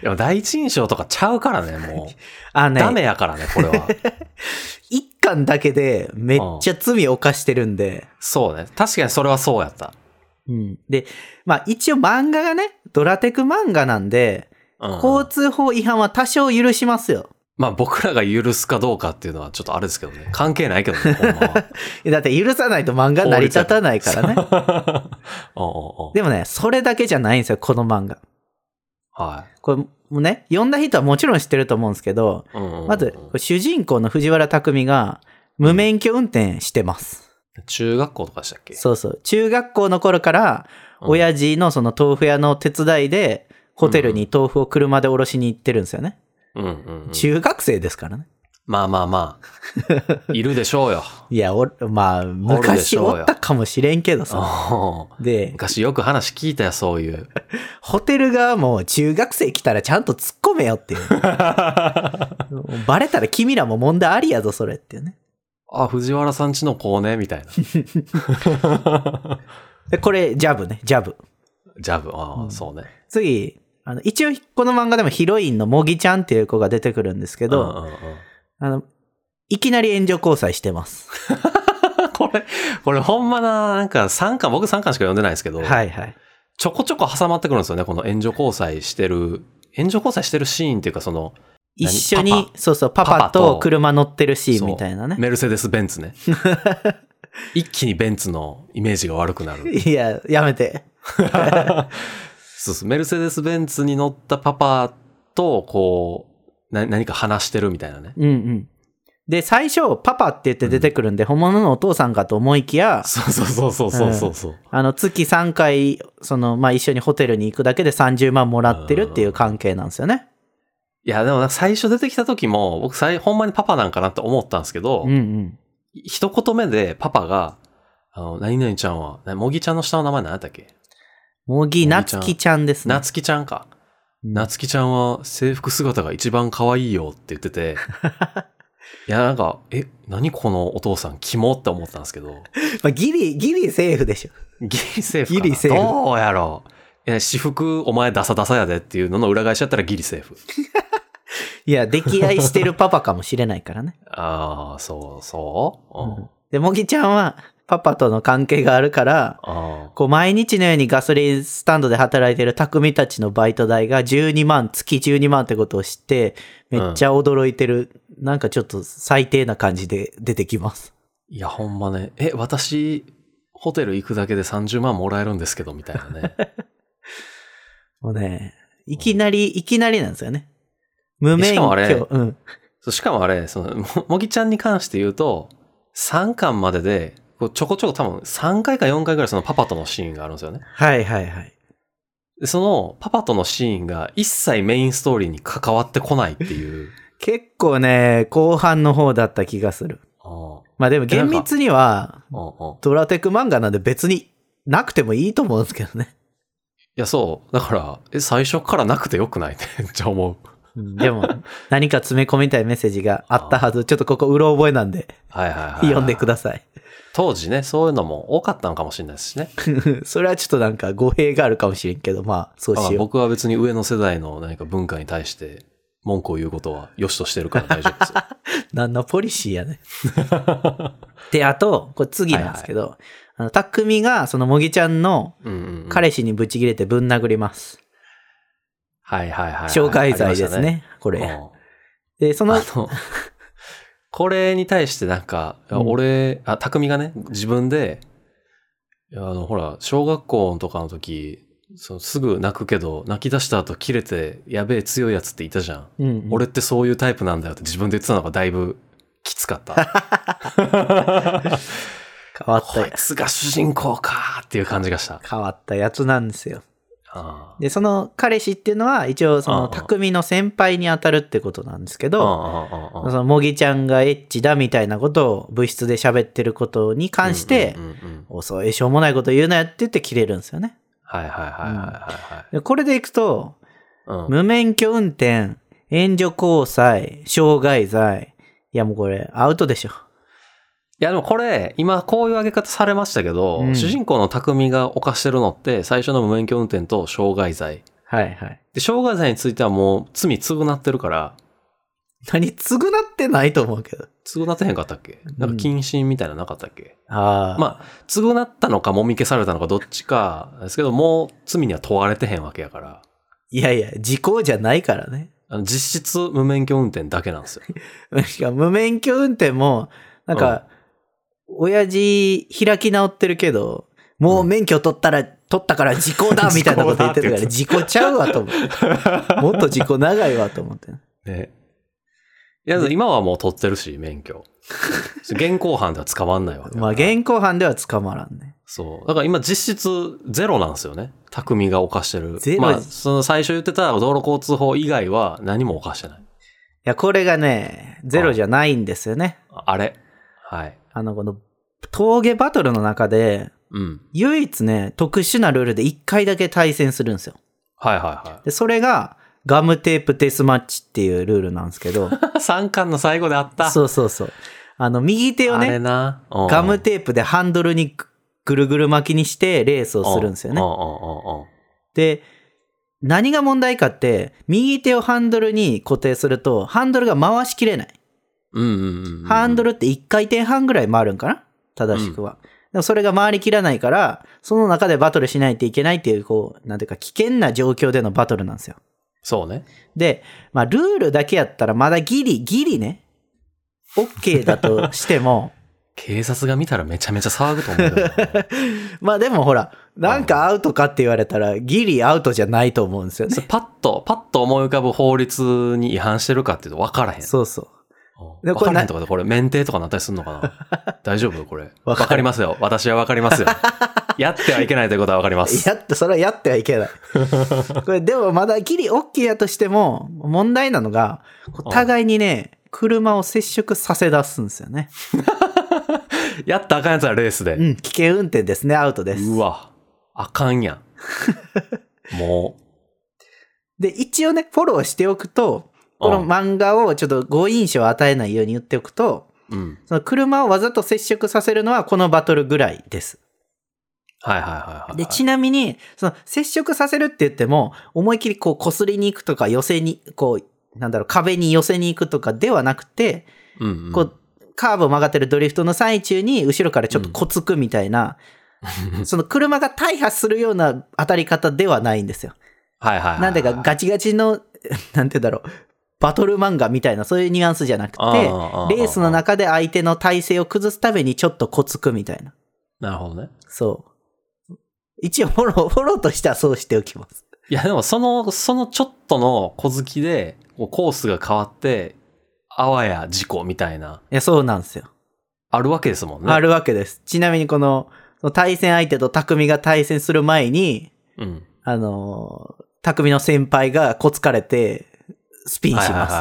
S2: いや、第一印象とかちゃうからね、もう。
S1: あのね、
S2: ダメやからね、こ れは。
S1: 一巻だけでめっちゃ罪を犯してるんで、
S2: そうね。確かにそれはそうやった。
S1: うん、で、まあ一応漫画がね、ドラテク漫画なんで、
S2: うん、
S1: 交通法違反は多少許しますよ。
S2: まあ僕らが許すかどうかっていうのはちょっとあれですけどね。関係ないけ どね、ほんまは
S1: だって許さないと漫画成り立たないからね。
S2: おうおうおう
S1: でもね、それだけじゃないんですよ、この漫画。
S2: は
S1: これもね、読んだ人はもちろん知ってると思うんですけど、
S2: い。うんうんうん
S1: まず、これ主人公の藤原匠が無免許運転してます。
S2: 中学校とかでしたっけ
S1: そうそう。中学校の頃から、
S2: うん
S1: 親父のその豆腐屋の手伝いで、ホテルに豆腐を車でおろしに行ってるんですよね。
S2: うんうんうん。
S1: 中学生ですからね。
S2: まあまあま あ。いるでしょうよ。
S1: いや、おまあ、
S2: おるで
S1: 昔
S2: しょう
S1: お
S2: よ
S1: ったかもしれんけどさ。
S2: おう
S1: で、
S2: 昔よく話聞いたよ、そう いう。
S1: ホテル側も中学生来たらちゃんと突っ込めよっていう。 バレたら君らも問題ありやぞ、それっていうね。
S2: あ、藤原さんちの子ね、みたいな。
S1: で、これ、ジャブね、ジャブ。
S2: ジャブ。ああ、そうね。
S1: 次、あの、一応、この漫画でもヒロインのモギちゃんっていう子が出てくるんですけど、
S2: うんうんうん
S1: あの、いきなり援助交際してます。
S2: これ、これほんまな、なんか3巻、僕3巻しか読んでないんですけど、
S1: はいはい。
S2: ちょこちょこ挟まってくるんですよね、この援助交際してる、援助交際してるシーンっていうか、その、
S1: 一緒
S2: 何
S1: に
S2: パ、
S1: そうそう、パ
S2: パ
S1: パ
S2: と
S1: と車乗ってるシーンみたいなね。
S2: メルセデス・ベン ツね。一気にベンツのイメージが悪くなる。
S1: いや、やめて。
S2: そうそう、メルセデス・ベンツに乗ったパパと、こう、な何か話してるみたいなね。
S1: うんうん。で、最初、パパって言って出てくるんで、本物のお父さんかと思いきや、
S2: そうそうそうそうそうそうそう。
S1: あの、月3回、その、まあ、一緒にホテルに行くだけで30万もらってるっていう関係なんですよね。
S2: いや、でもなんか最初出てきた時も、僕さい、ほんまにパパなんかなって思ったんですけど、
S1: うんうん。
S2: 一言目でパパが、あの、何々ちゃんは、なもぎちゃんの下の名前何やったっけ
S1: 茂木なつきちゃんですね
S2: な。つきちゃんか。
S1: うん
S2: なつきちゃんは制服姿が一番可愛いよって言って て、いや、なんか、え、何このお父さん、キモって思ったんですけど、
S1: まあ、ギリ、ギリセーフでしょ。
S2: ギリセーフかな
S1: ギリセーフ
S2: どうやろう。いや、私服お前ダサダサやでっていうのの裏返しやったらギリセーフ。
S1: いや、溺愛してるパパかもしれないからね。
S2: ああ、そう、そう、うん、
S1: で、茂木ちゃんは、パパとの関係があるから、
S2: あ
S1: こう毎日のようにガソリンスタンドで働いてる匠たちのバイト代が12万、月12万ってことを知って、めっちゃ驚いてる、なんかちょっと最低な感じで出てきます。
S2: いや、ほんまね。え、私、ホテル行くだけで30万もらえるんですけど、みたいなね。
S1: もうね、いきなり、いきなりなんですよね。無免
S2: しかもあれ
S1: 許。うん。
S2: そうしかもあれ、その、ももぎちゃんに関して言うと、3巻までで、こうちょこちょこ多分3回か4回ぐらいそのパパとのシーンがあるんですよね。
S1: はいはいはい。
S2: でそのパパとのシーンが一切メインストーリーに関わってこないっていう。
S1: 結構ね、後半の方だった気がする。
S2: あ
S1: まあでも厳密には、
S2: あ、ああ。
S1: ドラテク漫画なんで別になくてもいいと思うんですけどね。
S2: いや、そう。だから、え、最初からなくてよくないって めっちゃ思う。
S1: うんで も、何か詰め込みたいメッセージがあったはず。ちょっとここうろ覚えなんで、
S2: はいはいはい。
S1: 読んでく
S2: だ
S1: ださい。
S2: 当時ね、そういうのも多かったのかもしれないですしね。
S1: それはちょっとなんか語弊があるかもしれんけど、まあ、そう
S2: あ
S1: しよ
S2: 僕は別に上の世代の何か文化に対して文句を言うことは良しとしてるから大丈夫です よ。
S1: う。何のポリシー やね。で、あと、これ次なんですけど、あの、たくみが、その、もぎちゃんの
S2: うんうんうん
S1: 彼氏にぶち切れてぶん殴ります。
S2: はいはいはいはい。
S1: 紹介罪です
S2: ありまし
S1: ね、こ
S2: た
S1: れ。
S2: ね。
S1: で、そ
S2: うん
S1: の
S2: あ、の、これに対してなんか、
S1: うん
S2: 俺、あ、匠がね、自分で、いや、あの、ほら、小学校とかの時、そのすぐ泣くけど、泣き出した後切れて、やべえ強いやつっていたじゃん。
S1: うん、
S2: 俺ってそういうタイプなんだよって自分で言ってたのがだいぶきつ かった。
S1: 変わっ
S2: こ
S1: た、
S2: いつが主人公かーっていう感じがした。
S1: 変わったやつなんですよ。
S2: あー
S1: で、その彼氏っていうのは、一応、そ
S2: うんう
S1: の、
S2: ん
S1: 匠の先輩に当たるってことなんですけ
S2: うん
S1: ど、
S2: うんうんうん
S1: その、もぎちゃんがエッチだみたいなことを部室で喋ってることに関して
S2: うん、うんうん
S1: おそうえしょうもないこと言うなよって言って切れるんですよね。
S2: はいはいはいはいはい
S1: でこれでいくと、
S2: はい。うん
S1: 無免許運転、援助交際、傷害罪。いやもうこれ、アウトでしょ。
S2: いやでもこれ、今こういう上げ方されましたけど、
S1: うん
S2: 主人公の匠が犯してるのって、最初の無免許運転と傷害罪。
S1: はいはい。
S2: で、傷害罪についてはもう罪償ってるから、
S1: 何、償ってないと思うけど。
S2: 償ってへんかったっけなんか謹慎みたいなのなかったっけ、
S1: ああ。
S2: まあ、償ったのか、もみ消されたのか、どっちかですけど、もう罪には問われてへんわけやから、
S1: いやいや、時効じゃないからね。
S2: あの実質無免許運転だけな んですよ。
S1: しかも無免許運転も、なんか、親父開き直ってるけど、もう免許取ったら、取ったから時効だみたいなこと言ってるから、時
S2: 時
S1: 効ちゃうわと思って。もっと時効長いわと思って。
S2: ね。いや、今はもう取ってるし、免許。 現行犯では捕まんないわけやから
S1: まあ、現行犯では捕まらんね。
S2: そう。だから今実質ゼロなんですよね。匠が犯してる。
S1: ゼロ
S2: まあ、その最初言ってた道路交通法以外は何も犯してない。
S1: いや、これがね、ゼロじゃないんですよね。
S2: ああれ。はい。
S1: あの、この、峠バトルの中で、
S2: うん。
S1: 唯一ね、特殊なルールで1回だけ対戦するんですよ。
S2: はいは
S1: で、それが、ガムテープデスマッチっていうルールなんですけど、
S2: い はい。三巻の最後であった。
S1: そうそうそう。あの、右手を
S2: あれ
S1: ね、
S2: な。うん
S1: ガムテープでハンドルにぐぐるぐる巻きにしてレースをするんですよね
S2: う。んうんうんうん
S1: で、何が問題かって、右手をハンドルに固定すると、ハンドルが回しきれない。
S2: うんうんうんうん。
S1: ハンドルって1回転半ぐらい回るんかな正しくは。でもそれが回りきらないから、その中でバトルしないといけないっていう、こう、なんていうか危険な状況でのバトルなんですよ。
S2: そうね。
S1: で、まあ、ルールだけやったらまだギリ、ギリね、OK だとしても、
S2: 警察が見たらめちゃめちゃ騒ぐと思う けどな
S1: まあでもほら、なんかアウトかって言われたら、ギリアウトじゃないと思うんですよ
S2: そ
S1: ね
S2: れ。パッと、パッと思い浮かぶ法律に違反してるかっていうと分からへん。
S1: そうそう。
S2: うん
S1: で
S2: 分
S1: これ
S2: からへ
S1: なん
S2: とかで、これ、免停とかなったりすんのか な大丈夫これ。
S1: わ
S2: 分
S1: かる
S2: かりますよ。私は分か りますよ。やってはいけないということは分かります。
S1: やって、それはやってはい けない。これ、でもまだギリ OK やとしても、問題なのが、こう互いにね、車を接触させ出すんですよね。
S2: やったらあかんやつはレース
S1: う
S2: で。
S1: ん、危険運転ですね、アウトです。
S2: うわ、あかんや ん。も
S1: で、一応ね、フォローしておくと、この漫画をちょっとご印象を与えないように言っておくと、
S2: う。うん。
S1: その車をわざと接触させるのはこのバトルぐらいです。
S2: はいはいはいはい。
S1: で、ちなみに、その接触させるって言っても、思いっきりこう擦りに行くとか、寄せに、こう、なんだろう、壁に寄せに行くとかではなくて、
S2: うんうん、
S1: こう、カーブを曲がってるドリフトの最中に、後ろからちょっとこつくみたい な、その車が大破するような当たり方ではないんですよ。
S2: はいはいはいはい。
S1: なんでかガチガチの、なんて言うんだろう、バトル漫画みたいな、そういうニュアンスじゃなくて、
S2: あーあーあー
S1: レースの中で相手の体勢を崩すためにちょっとコツくみたいな。
S2: なるほどね。
S1: そう。一応フォロー、フォローとしてはそうしておきます。
S2: いや、でもその、そのちょっとの小突きで、こうコースが変わって、あわや事故みたいな、
S1: いや、そうなんですよ。
S2: あるわけですもんね。
S1: あ。るわけです。ちなみにこの、その対戦相手と匠が対戦する前に、
S2: うん。
S1: あのー匠の先輩がこつかれて、スピン
S2: はい
S1: し
S2: はいはい
S1: ま
S2: はい
S1: す。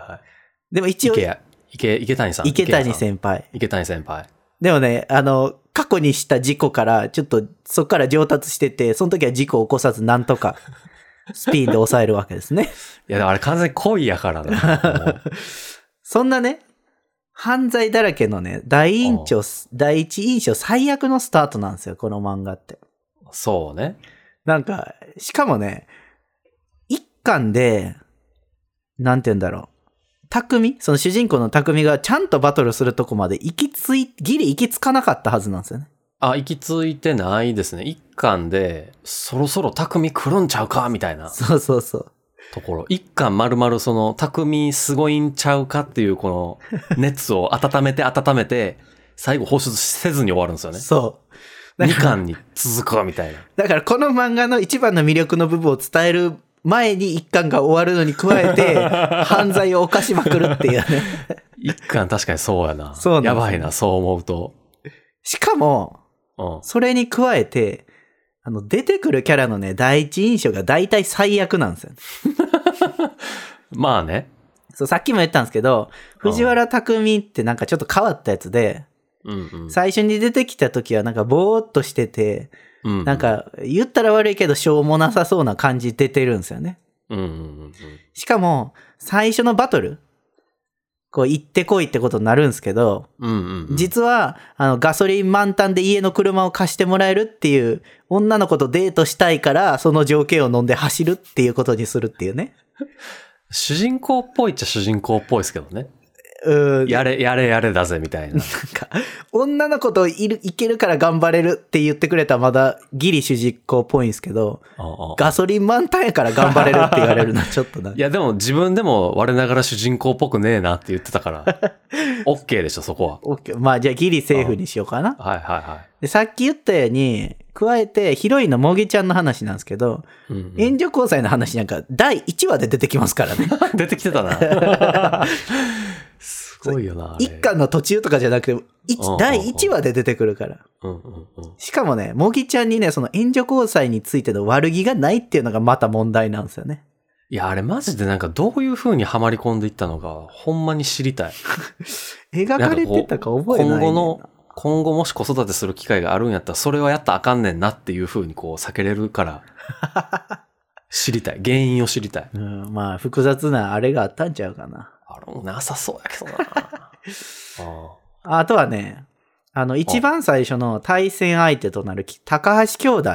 S2: はいはい。
S1: でも一応、
S2: 池池、池谷さん。
S1: 池谷
S2: 輩。
S1: 先輩。
S2: 池谷先輩。
S1: でもね、あの、過去にした事故から、ちょっとそこから上達してて、その時は事故を起こさずなんとか、スピンで抑えるわけですね。
S2: いや、でもあれ完全に恋やからな。も う
S1: そんなね、犯罪だらけのね、第一印象、第一印象最悪のスタートなんですよ、この漫画って。
S2: そうね。
S1: なんか、しかもね、一巻で、なんて言うんだろう。匠その主人公の匠がちゃんとバトルするとこまで行きつい、ギリ行きつかなかったはずなんですよね。
S2: あ、行き着いてないですね。一巻で、そろそろ匠来るんちゃうかみたいな
S1: そうそうそう。
S2: ところ。一巻丸々その、匠すごいんちゃうかっていうこ の、熱を温めて温めて、最後放出せずに終わるんですよね。
S1: そだ
S2: 2
S1: から
S2: 巻に続くわみたいな。
S1: だからこの漫画の一番の魅力の部分を伝える前に一巻が終わるのに加えて、犯罪を犯しまくるっていうね。
S2: 1巻確かにそうやな。
S1: そうなんです
S2: や
S1: よ
S2: ばいな、そう思うと。
S1: しかも、
S2: うん。
S1: それに加えて、あの、出てくるキャラのね、第一印象が大体最悪なんですよね。
S2: まあね。
S1: そう、さっきも言ったんですけど、藤原匠ってなんかちょっと変わったやつで、
S2: うんうん。
S1: 最初に出てきた時はなんかぼーっとしてて、
S2: うう
S1: なん、か言ったら悪いけどしょうもなさそうな感じ出てるんですよね。
S2: うんうんうん
S1: しかも、最初のバトル、こう行ってこいってことになるんですけど、
S2: うん。うんうんうん。
S1: 実は、あの、ガソリン満タンで家の車を貸してもらえるっていう、女の子とデートしたいから、その条件を飲んで走るっていうことにするっていうね。
S2: 主人公っぽいっちゃ主人公っぽいですけどね。
S1: うん。
S2: やれ、やれ、やれだぜ、みたい な。
S1: なんか、女の子といる、いけるから頑張れるって言ってくれたらまだギリ主人公っぽいんですけど、
S2: うんうん
S1: ガソリン満タンやから頑張れるって言われるのはちょっとな。
S2: いや、でも自分でも我ながら主人公っぽくねえなって言ってた から、OK でしょ、そこは。
S1: オッケーまあじゃあギリセーフにしようかな。
S2: はいはいは
S1: でさっき言ったように、加えてヒロインのもぎちゃんの話なんですけど、
S2: い。うんうん
S1: 援助交際の話なんか第1話で出てきますからね。
S2: 出てきてた な。すごいよな。あれ
S1: 1巻の途中とかじゃなくて、一
S2: うんうんうん
S1: 第1話で出てくるから。
S2: うんうんうん。
S1: しかもね、もぎちゃんにね、その援助交際についての悪気がないっていうのがまた問題なんですよね。
S2: いや、あれマジでなんかどういう風にはまり込んでいったのか、ほんまに知りたい。
S1: 描かれてたか覚えないねんな
S2: 今後の、今後もし子育てする機会があるんやったら、それはやったらあかんねんなっていう風にこう避けれるから、 知りたい。原因を知りたい。
S1: うん、まあ複雑なあれがあったんちゃうかな。
S2: あれもなさそうやけどな。あ
S1: あとはね、あの一番最初の対戦相手となるき高橋兄弟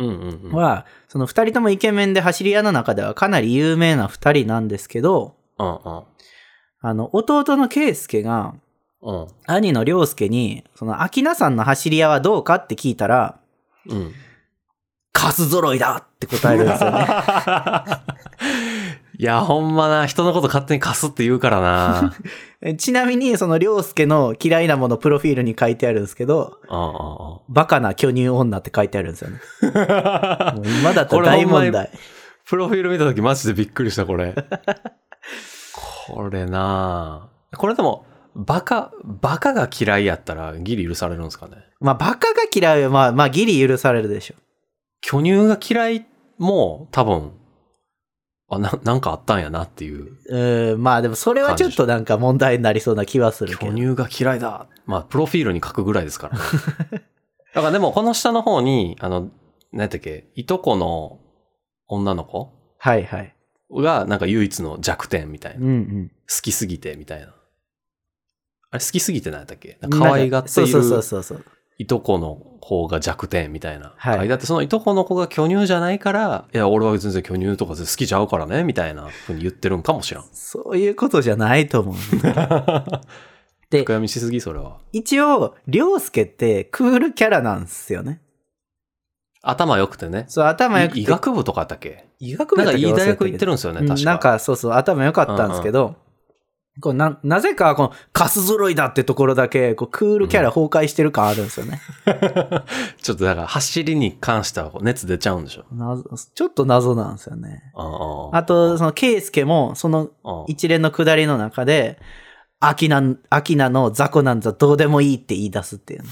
S2: うんうんうん。
S1: は、その二人ともイケメンで走り屋の中ではかなり有名な二人なんですけど、
S2: うんうん。
S1: あの弟の圭介が
S2: うん。
S1: 兄の良介に、その秋名さんの走り屋はどうかって聞いたら、
S2: うん。
S1: カス揃いだって答えるんですよ ね。
S2: いや、ほんまな、人のこと勝手に貸すって言うから な。
S1: えちなみに、その良介の嫌いなものプロフィールに書いてあるんですけど、
S2: うん うんうん
S1: バカな巨乳女って書いてあるんですよね。もう今だったら大問題。
S2: プロフィール見たときマジでびっくりした、これ。これなあこれでも、バカ、バカが嫌いやったらギリ許されるんですかね。
S1: まあ、バカが嫌いは、まあ、まあ、ギリ許されるでしょ。
S2: 巨乳が嫌いも多分、あ、な、なんかあったんやなっていう。
S1: うん、まあ、でもそれはちょっとなんか問題になりそうな気はするけ
S2: 巨
S1: ど。
S2: 乳が嫌いだ。まあ、プロフィールに書くぐらいですから。だ からでも、この下の方に、あの、何やったっけ、いとこの女の子
S1: はいはい。
S2: が、なんか唯一の弱点みたい
S1: うん
S2: な。
S1: う
S2: 好
S1: ん。
S2: きすぎて、みたいな。あれ、好きすぎて何やったっけなんか可愛がってい
S1: そうそう
S2: る
S1: そうそう。
S2: いとこの方が弱点みたいな。
S1: はい
S2: 書いてあって、そのいとこの子が巨乳じゃないから、いや、俺は全然巨乳とか好きちゃうからね、みたいなふうに言ってるんかも しらん。
S1: そういうことじゃないと思う。で
S2: 深読みしすぎ、それは。
S1: 一応、良介ってクールキャラなんですよね。
S2: 頭良くてね。
S1: そう、頭良くて。
S2: 医学部とかやったっけ
S1: 医学部
S2: なん
S1: だ
S2: か
S1: った
S2: い
S1: け
S2: い大学
S1: 忘れ
S2: 行
S1: け
S2: ったて
S1: ど
S2: るんですよね、確
S1: うん
S2: か。
S1: なんか、そうそう、頭良かったんですけど、こうな、なぜか、この、カス揃いだってところだけ、こう、クールキャラ崩壊してる感あるんですよね。
S2: ちょっとだから走りに関しては熱出ちゃうんでしょ。
S1: 謎ちょっと謎なんですよね。
S2: あ
S1: あと、その、ケイスケも、その一連の下りの中で、アキナ、アキナの雑魚なんざどうでもいいって言い出すっていう ね。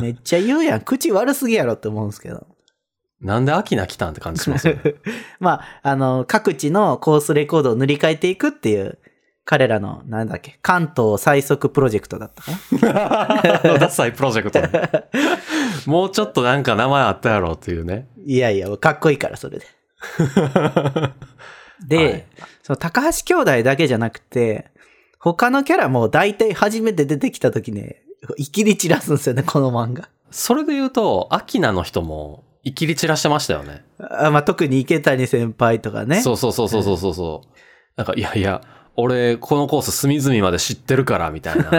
S1: めっちゃ言うやん。口悪すぎやろって思うんですけど。
S2: なんで秋名来たんって感じしますよね。
S1: まあ、あの、各地のコースレコードを塗り替えていくっていう、彼らの、なんだっけ、関東最速プロジェクトだったかな。
S2: ダサいプロジェクト。もうちょっとなんか名前あったやろっていうね。
S1: いやいや、かっこいいから、それで。で、
S2: はい
S1: その高橋兄弟だけじゃなくて、他のキャラも大体初めて出てきた時ね、いきり散らすんですよね、この漫画。
S2: それで言うと、秋名の人も、いきり散らしてましたよね。
S1: あまあ、特に池谷先輩とかね。
S2: そうそうそうそうそうそうそう。なんか、いやいや、俺、このコース隅々まで知ってるから、みたいな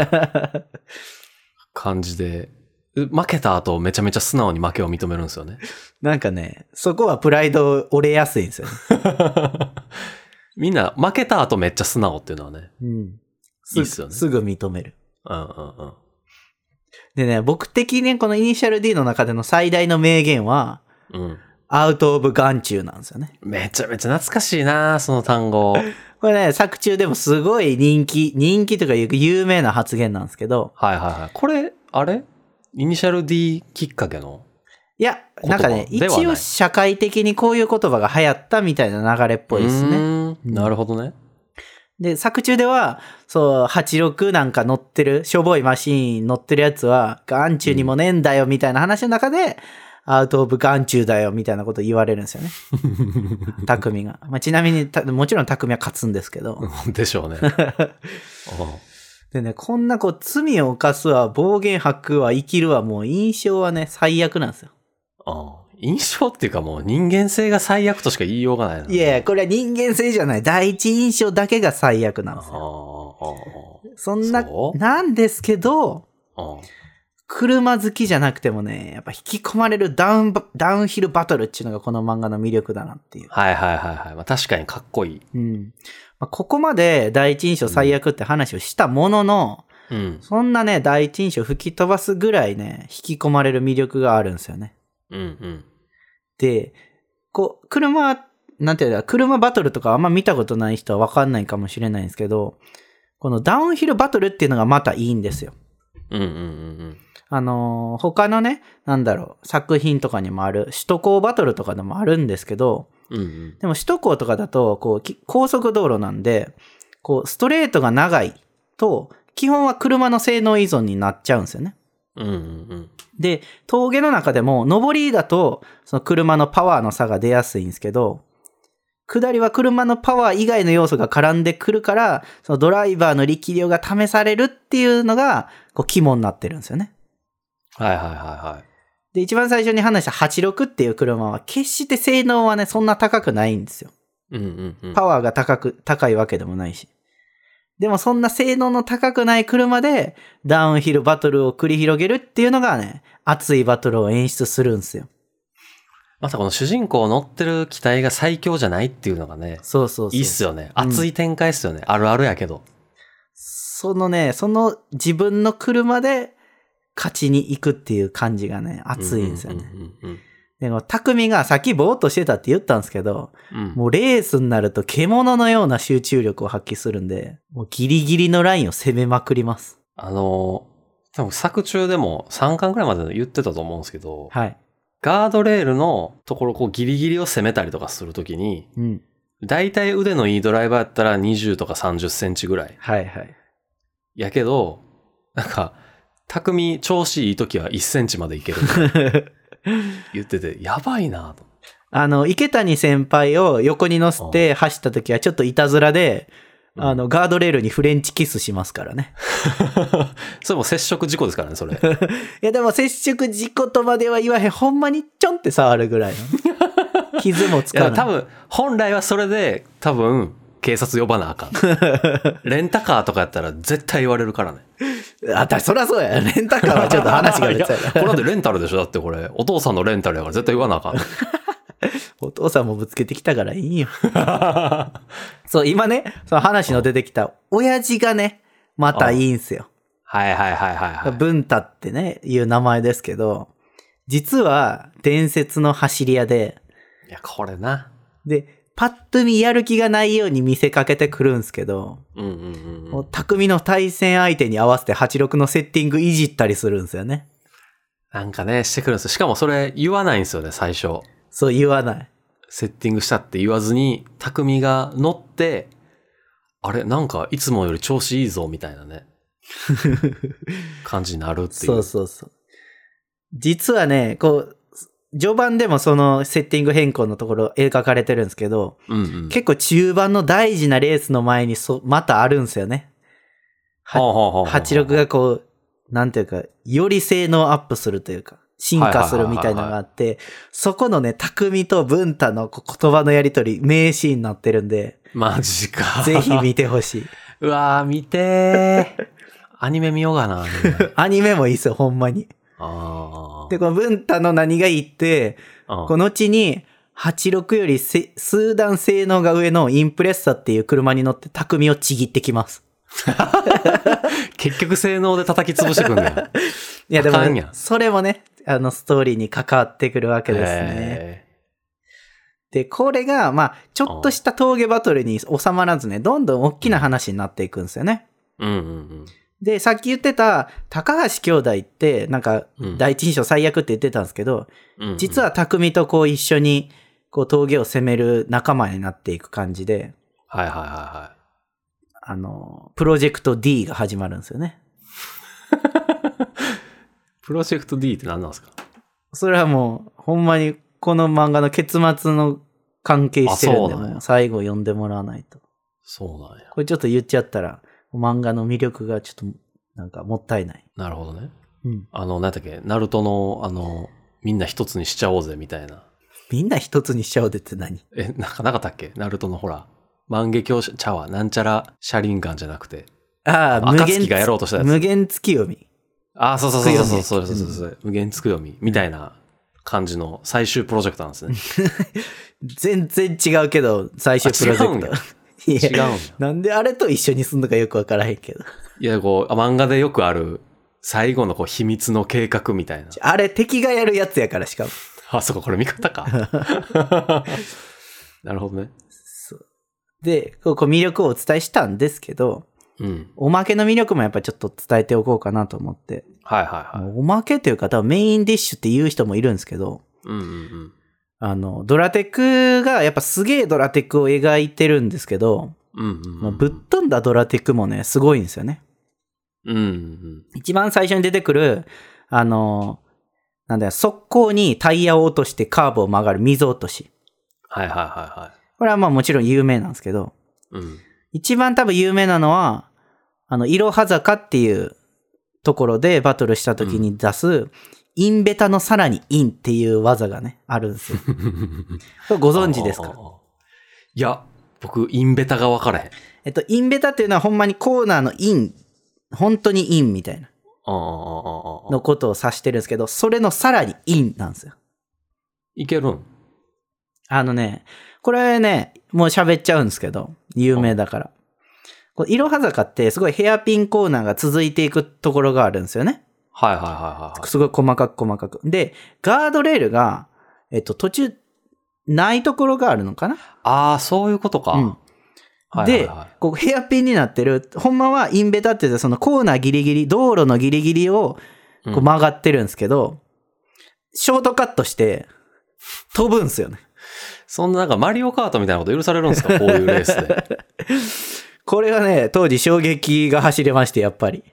S2: 感じで。負けた後、めちゃめちゃ素直に負けを認めるんですよね。
S1: なんかね、そこはプライド折れやすいんですよね。
S2: みんな、負けた後めっちゃ素直っていうのはね。
S1: うん。す
S2: いいっすよね
S1: すぐ認める。
S2: うんうんうん。
S1: でね、僕的にね、このイニシャル D の中での最大の名言は、
S2: うん。
S1: アウトオブ眼中なんですよね。
S2: めちゃめちゃ懐かしいなその単語。はい
S1: これね、作中でもすごい人気、人気というか有有名な発言なんですけど、
S2: はいはい。これ、あれイニシャル D きっかけの
S1: いや、
S2: 言
S1: な
S2: 葉
S1: んかね、
S2: ではない
S1: 一応社会的にこういう言葉が流行ったみたいな流れっぽいです
S2: う
S1: ね。
S2: ーんなるほどね。
S1: で、作中では、そう、86なんか乗ってる、しょぼいマシーン乗ってるやつは、眼中にもねえんだよみたいな話の中で、アウトオブ眼中だよみたいなこと言われるんですよ ね。匠が。まあ、ちなみに、たもちろん匠は勝つんですけど。
S2: でしょ うね。う
S1: でね、こんなこう、罪を犯すわ、暴言吐くわ、生きるわ、もう印象はね、最悪なんですよ。
S2: んうん印象っていうかもう人間性が最悪としか言いようがないな。
S1: いやいや、これは人間性じゃない。第一印象だけが最悪なんです
S2: あ
S1: よ。
S2: ーあ
S1: そんな
S2: そ、う
S1: なんですけど、
S2: ーあー
S1: 車好きじゃなくてもね、やっぱ引き込まれるダウンバ、ダウンヒルバトルっていうのがこの漫画の魅力だなっていう。
S2: はいはいはいはい。まあ、確かにかっこいい。
S1: うん。まあ、ここまで第一印象最悪って話をしたものの、
S2: うん。
S1: そんなね、第一印象吹き飛ばすぐらいね、引き込まれる魅力があるんですよね。
S2: うんうん。
S1: で、こう、車、なんていうか、車バトルとかあんま見たことない人はわかんないかもしれないんですけど、このダウンヒルバトルっていうのがまたいいんですよ。
S2: うんうんうんうん。
S1: あのー他のね、なんだろう、作品とかにもある、首都高バトルとかでもあるんですけど、
S2: うんうん。
S1: でも首都高とかだと、こう、き高速道路なんで、こう、ストレートが長いと、基本は車の性能依存になっちゃうんですよね。
S2: うんうんうん。
S1: で、峠の中でも、上りだと、その車のパワーの差が出やすいんですけど、下りは車のパワー以外の要素が絡んでくるから、そのドライバーの力量が試されるっていうのが、こう、肝になってるんですよね。
S2: はいはいはいはい。
S1: で、一番最初に話した86っていう車は、決して性能はね、そんな高くないんですよ。
S2: うんうんうん。
S1: パワーが高く、高いわけでもないし。でもそんな性能の高くない車で、ダウンヒルバトルを繰り広げるっていうのがね、熱いバトルを演出するんですよ。
S2: またこの主人公乗ってる機体が最強じゃないっていうのがね、
S1: そうそうそう。
S2: いいっすよね。
S1: うん
S2: 熱い展開っすよね。あるあるやけど。
S1: そのね、その自分の車で勝ちに行くっていう感じがね、熱いんですよね。
S2: うんうん
S1: でも、匠がさっきぼーっとしてたって言ったんですけど、
S2: うんうん。うん
S1: もうレースになると獣のような集中力を発揮するんで、もうギリギリのラインを攻めまくります。
S2: あのー、多分作中でも3巻くらいまで言ってたと思うんですけど、
S1: はい。
S2: ガードレールのところこうギリギリを攻めたりとかするときに、
S1: うん。
S2: だいたい腕のいいドライバーやったら20とか30センチぐらい。
S1: はいはい。
S2: やけど、なんか、匠調子いい時は1センチまでいけるって言って て、やばいなと。
S1: あの、池谷先輩を横に乗せて走った時はちょっといたずらで、
S2: うん
S1: あの、ガードレールにフレンチキスしますからね。
S2: それも接触事故ですから ね、それ。
S1: いやでも接触事故とまでは言わへん。ほんまにちょんって触るぐらい の。傷もつ
S2: いや
S1: か
S2: 多
S1: ない。
S2: 分本来はそれで多分警察呼ばな あかんレンタカーとかやったら絶対言われるからね
S1: あ、だそらそうや。レンタカーはちょっと話が別や
S2: い
S1: な
S2: やこれだってレンタルでしょだってこれお父さんのレンタルやから絶対言わなあかん
S1: お父さんもぶつけてきたからいいよ。 そう、今ね、その話の出てきた、親父がね、またいいんすよ。
S2: はいはいはいはいはい
S1: 文太ってね、いう名前ですけど、実は伝説の走り屋で、
S2: いやこれな
S1: で、パッと見やる気がないように見せかけてくるんすけど、
S2: うんうんうんう
S1: も
S2: ん
S1: う匠の対戦相手に合わせて86のセッティングいじったりするんですよね。
S2: なんかねしてくるんですよしかもそれ言わないんですよね最初
S1: そう言わない。
S2: セッティングしたって言わずに匠が乗ってあれなんかいつもより調子いいぞみたい なね感じになるってい
S1: そうそうそう。実はね、こう、序盤でもそのセッティング変更のところ描かれてるんですけど、
S2: うんうん、
S1: 結構中盤の大事なレースの前にそまたあるんですよね。は
S2: ほうほうほうほう
S1: 86がこう、なんていうか、より性能アップするというか、進化するみたいなのがあって、そこのね、匠と文太のこう言葉のやりとり、名シーンになってるん で、
S2: マジか。
S1: ぜひ見てほしい。
S2: うわー、見てー。アニメ見ようかな。アニメ
S1: アニメもいいですよ、ほんまに。
S2: あ
S1: で、この文太の何がいいって、
S2: あ。
S1: こ
S2: の、
S1: の後に、86よりせ数段性能が上のインプレッサっていう車に乗って匠をちぎってきます。
S2: 結局性能で叩き潰してくん ねや。
S1: いやでも
S2: あかんやん、
S1: それもね、あのストーリーに関わってくるわけですね。
S2: へ
S1: で、これが、まあ、ちょっとした峠バトルに収まらずね、どんどん大きな話になっていくんですよね。
S2: ーうんうん
S1: で、さっき言ってた、高橋兄弟って、なんか、
S2: うん
S1: 第一印象最悪って言ってたんですけど、
S2: うん。うん
S1: 実、は匠とこう一緒に、こう峠を攻める仲間になっていく感じで、
S2: はいはいはいは
S1: あの、プロジェクト D が始まるんですよね。
S2: い。プロジェクト D って何なんですか
S1: それはもう、ほんまにこの漫画の結末の関係してるんで、
S2: あそうなんや
S1: もう最後読んでもらわないと。
S2: そうなんや。
S1: これちょっと言っちゃったら、漫画の魅力がちょっと、なんかもったいない。
S2: なるほどね。
S1: うん。
S2: あの、なんだっけ、ナルトの、あの、みんな一つにしちゃおうぜみたいな。
S1: みんな一つにしちゃおうでって何
S2: え、なんかなかったっけナルトのほら、万華鏡ちゃうわ、なんちゃら車輪ガンじゃなくて。
S1: ああ、無限
S2: 暁がやろうとしたやつ
S1: 無限月読み。
S2: あー、そうそうそうそうそう
S1: つく
S2: そ
S1: よ
S2: う
S1: み
S2: そうそう、無限つくよみ、みたいな感じの最終プロジェクトなんです ね。
S1: 全然違うけど、最終プロジェク
S2: あ
S1: ト。い
S2: 違うん
S1: や
S2: や。
S1: なんであれと一緒にすんのかよくわからへんけど。
S2: いや、こう、漫画でよくある、最後のこう秘密の計画みたいな。
S1: あれ敵がやるやつやからしかも。
S2: あ、そっか、これ味方か。 なるほどね。
S1: そうで、こうこう魅力をお伝えしたんですけど、
S2: うん。
S1: おまけの魅力もやっぱちょっと伝えておこうかなと思って。
S2: はいはいはい。
S1: おまけというか多分メインディッシュって言う人もいるんですけど、
S2: うんうんうん。
S1: あの、ドラテクがやっぱすげえドラテクを描いてるんですけど、
S2: うんうん
S1: ま
S2: う
S1: あ
S2: ん。
S1: ぶっ飛んだドラテクもね、すごいんですよね。
S2: うんうん
S1: 一番最初に出てくる、あの、なんだよ、速攻にタイヤを落としてカーブを曲がる溝落とし。
S2: はいはいはいは
S1: これはまあもちろん有名なんですけど、
S2: い。うん。
S1: 一番多分有名なのは、あの、いろは坂っていうところでバトルした時に出す、インベタのさらにインっていう技がね、あるんです よ。こ れご存知です
S2: あ
S1: か
S2: ーいや、僕、インベタが分からへん。
S1: えっと、インベタっていうのはほんまにコーナーのイン、本当にインみたいな
S2: あーあーあーあーあー
S1: のことを指してるんですけど、それのさらにインなんですよ。
S2: いけるん
S1: あのね、これね、もう喋っちゃうんですけど、有名だから。こういろは坂ってすごいヘアピンコーナーが続いていくところがあるんですよね。
S2: はいはいはいはいはい。
S1: すごい細かく細かく。で、ガードレールが、えっと、途中、ないところがあるのかな
S2: ああ、そういうことか。
S1: うん
S2: はいはい
S1: で
S2: はい、
S1: こうヘアピンになってる、ほんまはインベタって言ってそのコーナーギリギリ、道路のギリギリをこう
S2: うん
S1: 曲がってるんですけど、ショートカットして飛ぶんですよね。
S2: そんななんかマリオカートみたいなこと許されるんですかこういうレー スで。
S1: これがね、当時衝撃が走れまして、やっぱり。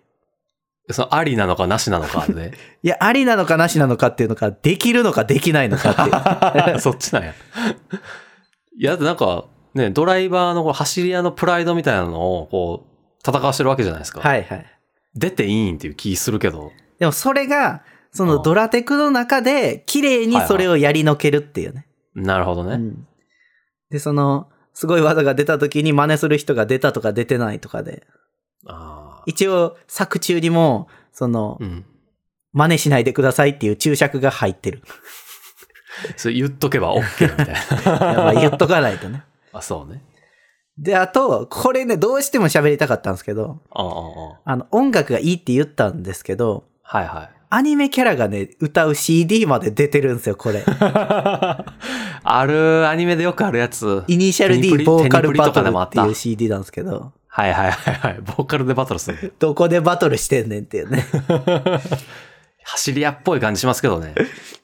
S2: そのありなのかなしなのかで。
S1: いや、ありなのかなしなのかっていうのか、できるのかできないのかって いう。
S2: そっちなんや。いや、だってなんか、ね、ドライバーのこう走り屋のプライドみたいなのを、こう、戦わしてるわけじゃないですか。
S1: はいはい。
S2: 出ていいんっていう気するけど。
S1: でもそれが、そ
S2: うん
S1: のドラテクの中で、綺麗にそれをやりのけるっていうね。
S2: なるほどね。
S1: うんで、その、すごい技が出た時に真似する人が出たとか出てないとかで、
S2: ああ。
S1: 一応作中にも、その
S2: う、ん。
S1: 真似しないでくださいっていう注釈が入ってる。
S2: それ言っとけば OK みたい
S1: やっぱ
S2: な。
S1: 言っとか ないとね。
S2: あ、そうね。
S1: で、あと、これね、どうしても喋りたかったんですけど、
S2: ああ、あああ
S1: あの、音楽がいいって言ったんですけど、
S2: あはい はい。
S1: アニメキャラがね、歌う CD まで出てるんですよ、こ れ。
S2: ある、アニメでよくあるやつ。
S1: イニシャル
S2: テニ
S1: D
S2: プリ
S1: ボーカルバト
S2: テニプリとかで
S1: ル
S2: もあ
S1: っ
S2: ってた
S1: いう CD なんですけど、
S2: はいはいはいはい。ボーカルでバトルする。
S1: どこでバトルしてんねんっていうね。
S2: 走り屋っぽい感じしますけどね。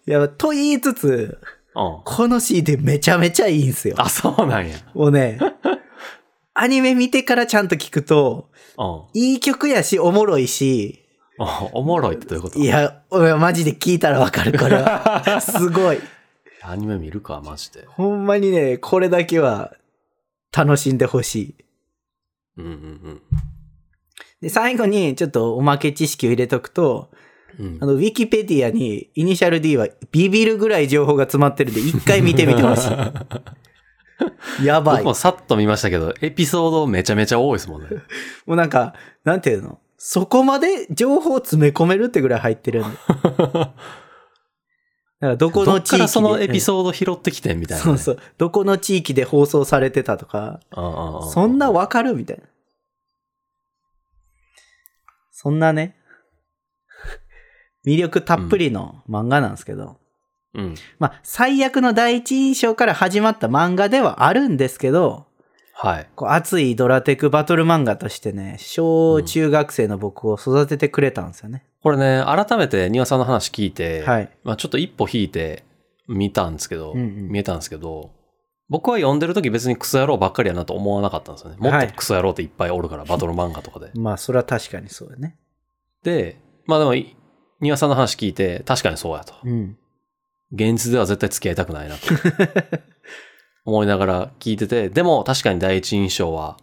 S1: いや、と言いつつ、
S2: うん。
S1: この CD めちゃめちゃいいんすよ。
S2: あ、そうなんや。
S1: もうね、アニメ見てからちゃんと聞くと、
S2: うん。
S1: いい曲やし、おもろいし、
S2: おおもろいってどういうこと
S1: いや、俺マジで聞いたらわかる、これ は。すごい。
S2: アニメ見るか、マジで。
S1: ほんまにね、これだけは楽しんでほしい。
S2: うんうん
S1: で、最後にちょっとおまけ知識を入れとくと、
S2: うん。
S1: あの、ウィキペディアにイニシャル D はビビるぐらい情報が詰まってるんで、一回見てみてほし い。やばい。
S2: 僕
S1: も
S2: もさっと見ましたけど、エピソードめちゃめちゃ多い ですもんね。
S1: うなんか、なんていうのそこまで情報を詰め込めるってぐらい入ってるんで。だからどこ
S2: ど
S1: の
S2: っ
S1: 地域
S2: か
S1: で。
S2: らそのエピ
S1: ー
S2: ソード拾ってきてんみたいなね、
S1: そうそう。どこの地域で放送されてたとか、
S2: うんうんうん。
S1: そんなわかるみたいな。そんなね、魅力たっぷりの漫画なんですけど、
S2: うん。
S1: まあ、最悪の第一印象から始まった漫画ではあるんですけど、
S2: はい。
S1: こう熱いドラテクバトル漫画としてね、小中学生の僕を育ててくれたんですよね。
S2: これね、改めて庭さんの話聞いて、
S1: はい。
S2: まあ、ちょっと一歩引いて見たんですけど、
S1: うんうん
S2: 見えたんですけど、僕は読んでる時別にクソ野郎ばっかりやなと思わなかったんですよね。も
S1: は
S2: っ
S1: い
S2: とクソ野郎っていっぱいおるから、バトル漫画とかで。
S1: まあ、それは確かにそうだね。
S2: で、まあでもい、庭さんの話聞いて、確かにそうやと。
S1: うん。
S2: 現実では絶対付き合いたくないなと思いながら聞いてて、でも確かに第一印象は、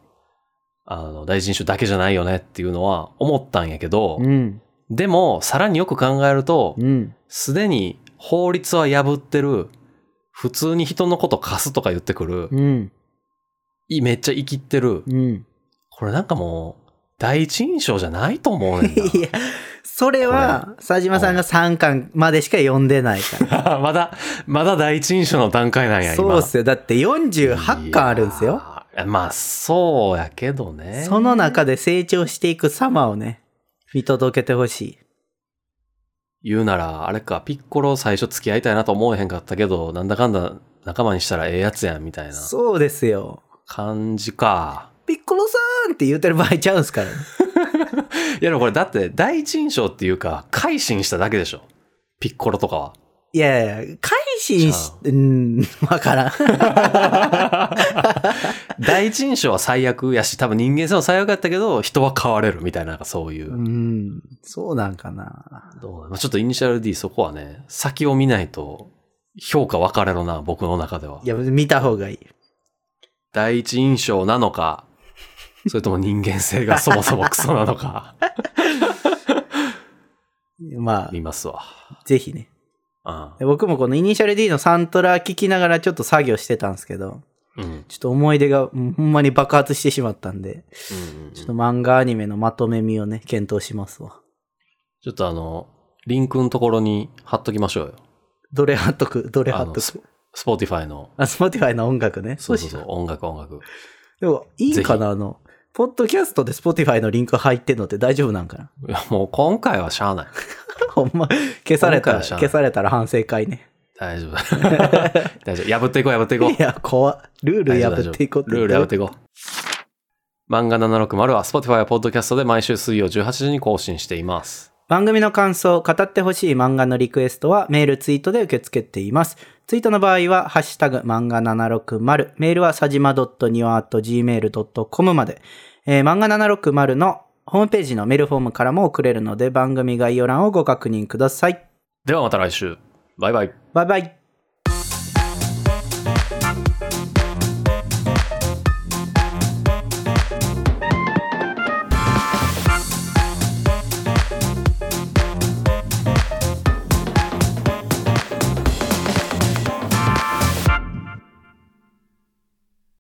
S2: あの、第一印象だけじゃないよねっていうのは思ったんやけど、
S1: うん。
S2: でも、さらによく考えると、
S1: うん。
S2: すでに法律は破ってる、普通に人のこと貸すとか言ってくる、
S1: うん。
S2: いめっちゃ生きってる。
S1: うん。
S2: これなんかもう、第一印象じゃないと思うねん
S1: いや、それは、佐島さんが3巻までしか読んでないから。
S2: な。 まだ、まだ第一印象の段階なんや、今。
S1: そうっすよ。だって48巻あるんですよ。
S2: いや。まあ、そうやけどね。
S1: その中で成長していく様をね、見届けてほしい。
S2: 言うなら、あれか、ピッコロ最初付き合いたいなと思えへんかったけど、なんだかんだ仲間にしたらええやつやん、みたいな
S1: そうですよ。
S2: 感じか。
S1: ピッコロさんって言うてる場合ちゃうんすから。
S2: いや、でもこれだって、第一印象っていうか、改心しただけでしょ。ピッコロとかは。
S1: いやいや、改心し、うん、わからん。
S2: 第一印象は最悪やし、多分人間性は最悪やったけど、人は変われるみたいな、なんかそういうう。
S1: ん、そうなんかな。。
S2: どうなまあちょっとイニシャル D そこはね、先を見ないと、評価分かれろな、僕の中ではい
S1: や、見た方がいい。
S2: 第一印象なのか、それとも人間性がそもそもクソなのか、
S1: ま
S2: 見ますわ。
S1: あ、ぜひね。
S2: うん
S1: で僕もこのイニシャル D のサントラ聞きながらちょっと作業してたんですけど、
S2: うん。うん
S1: ちょっと思い出がうんほんまに爆発してしまったんで、
S2: うんうん
S1: ちょっと漫画アニメのまとめ見をね、検討しますわ。
S2: ちょっとあの、リンクのところに貼っときましょうよ。
S1: どれ貼っとくどれ貼っと
S2: あ
S1: く
S2: スポーティファイの、
S1: あ、スポティファイの音楽ね。
S2: そうそうそう
S1: しよ、
S2: 音楽音楽。
S1: う。でも、いいんかなあの、ポッドキャストでスポティファイのリンク入ってんのって大丈夫なんかな
S2: いや、もう今回はしゃあない。
S1: ほんま、消されたら、
S2: 今回はしゃあない
S1: 消されたら反省会ね。
S2: 大 丈夫。大丈夫。破っていこう、破っていこう。
S1: いや、怖っルール
S2: 大丈夫
S1: 破っていこうって
S2: ル
S1: 言
S2: ー
S1: って
S2: ル破っていこう。漫画760は Spotify や Podcast で毎週水曜18時に更新しています。
S1: 番組の感想、語ってほしい漫画のリクエストはメール、ツイートで受け付けています。ツイートの場合は、ハッシュタグ、漫画760、メールはさじま .niwa.gmail.com まで、えー漫画760のホームページのメールフォームからも送れるので、番組概要欄をご確認ください。
S2: ではまた来週。バイバイ。
S1: バイバイ。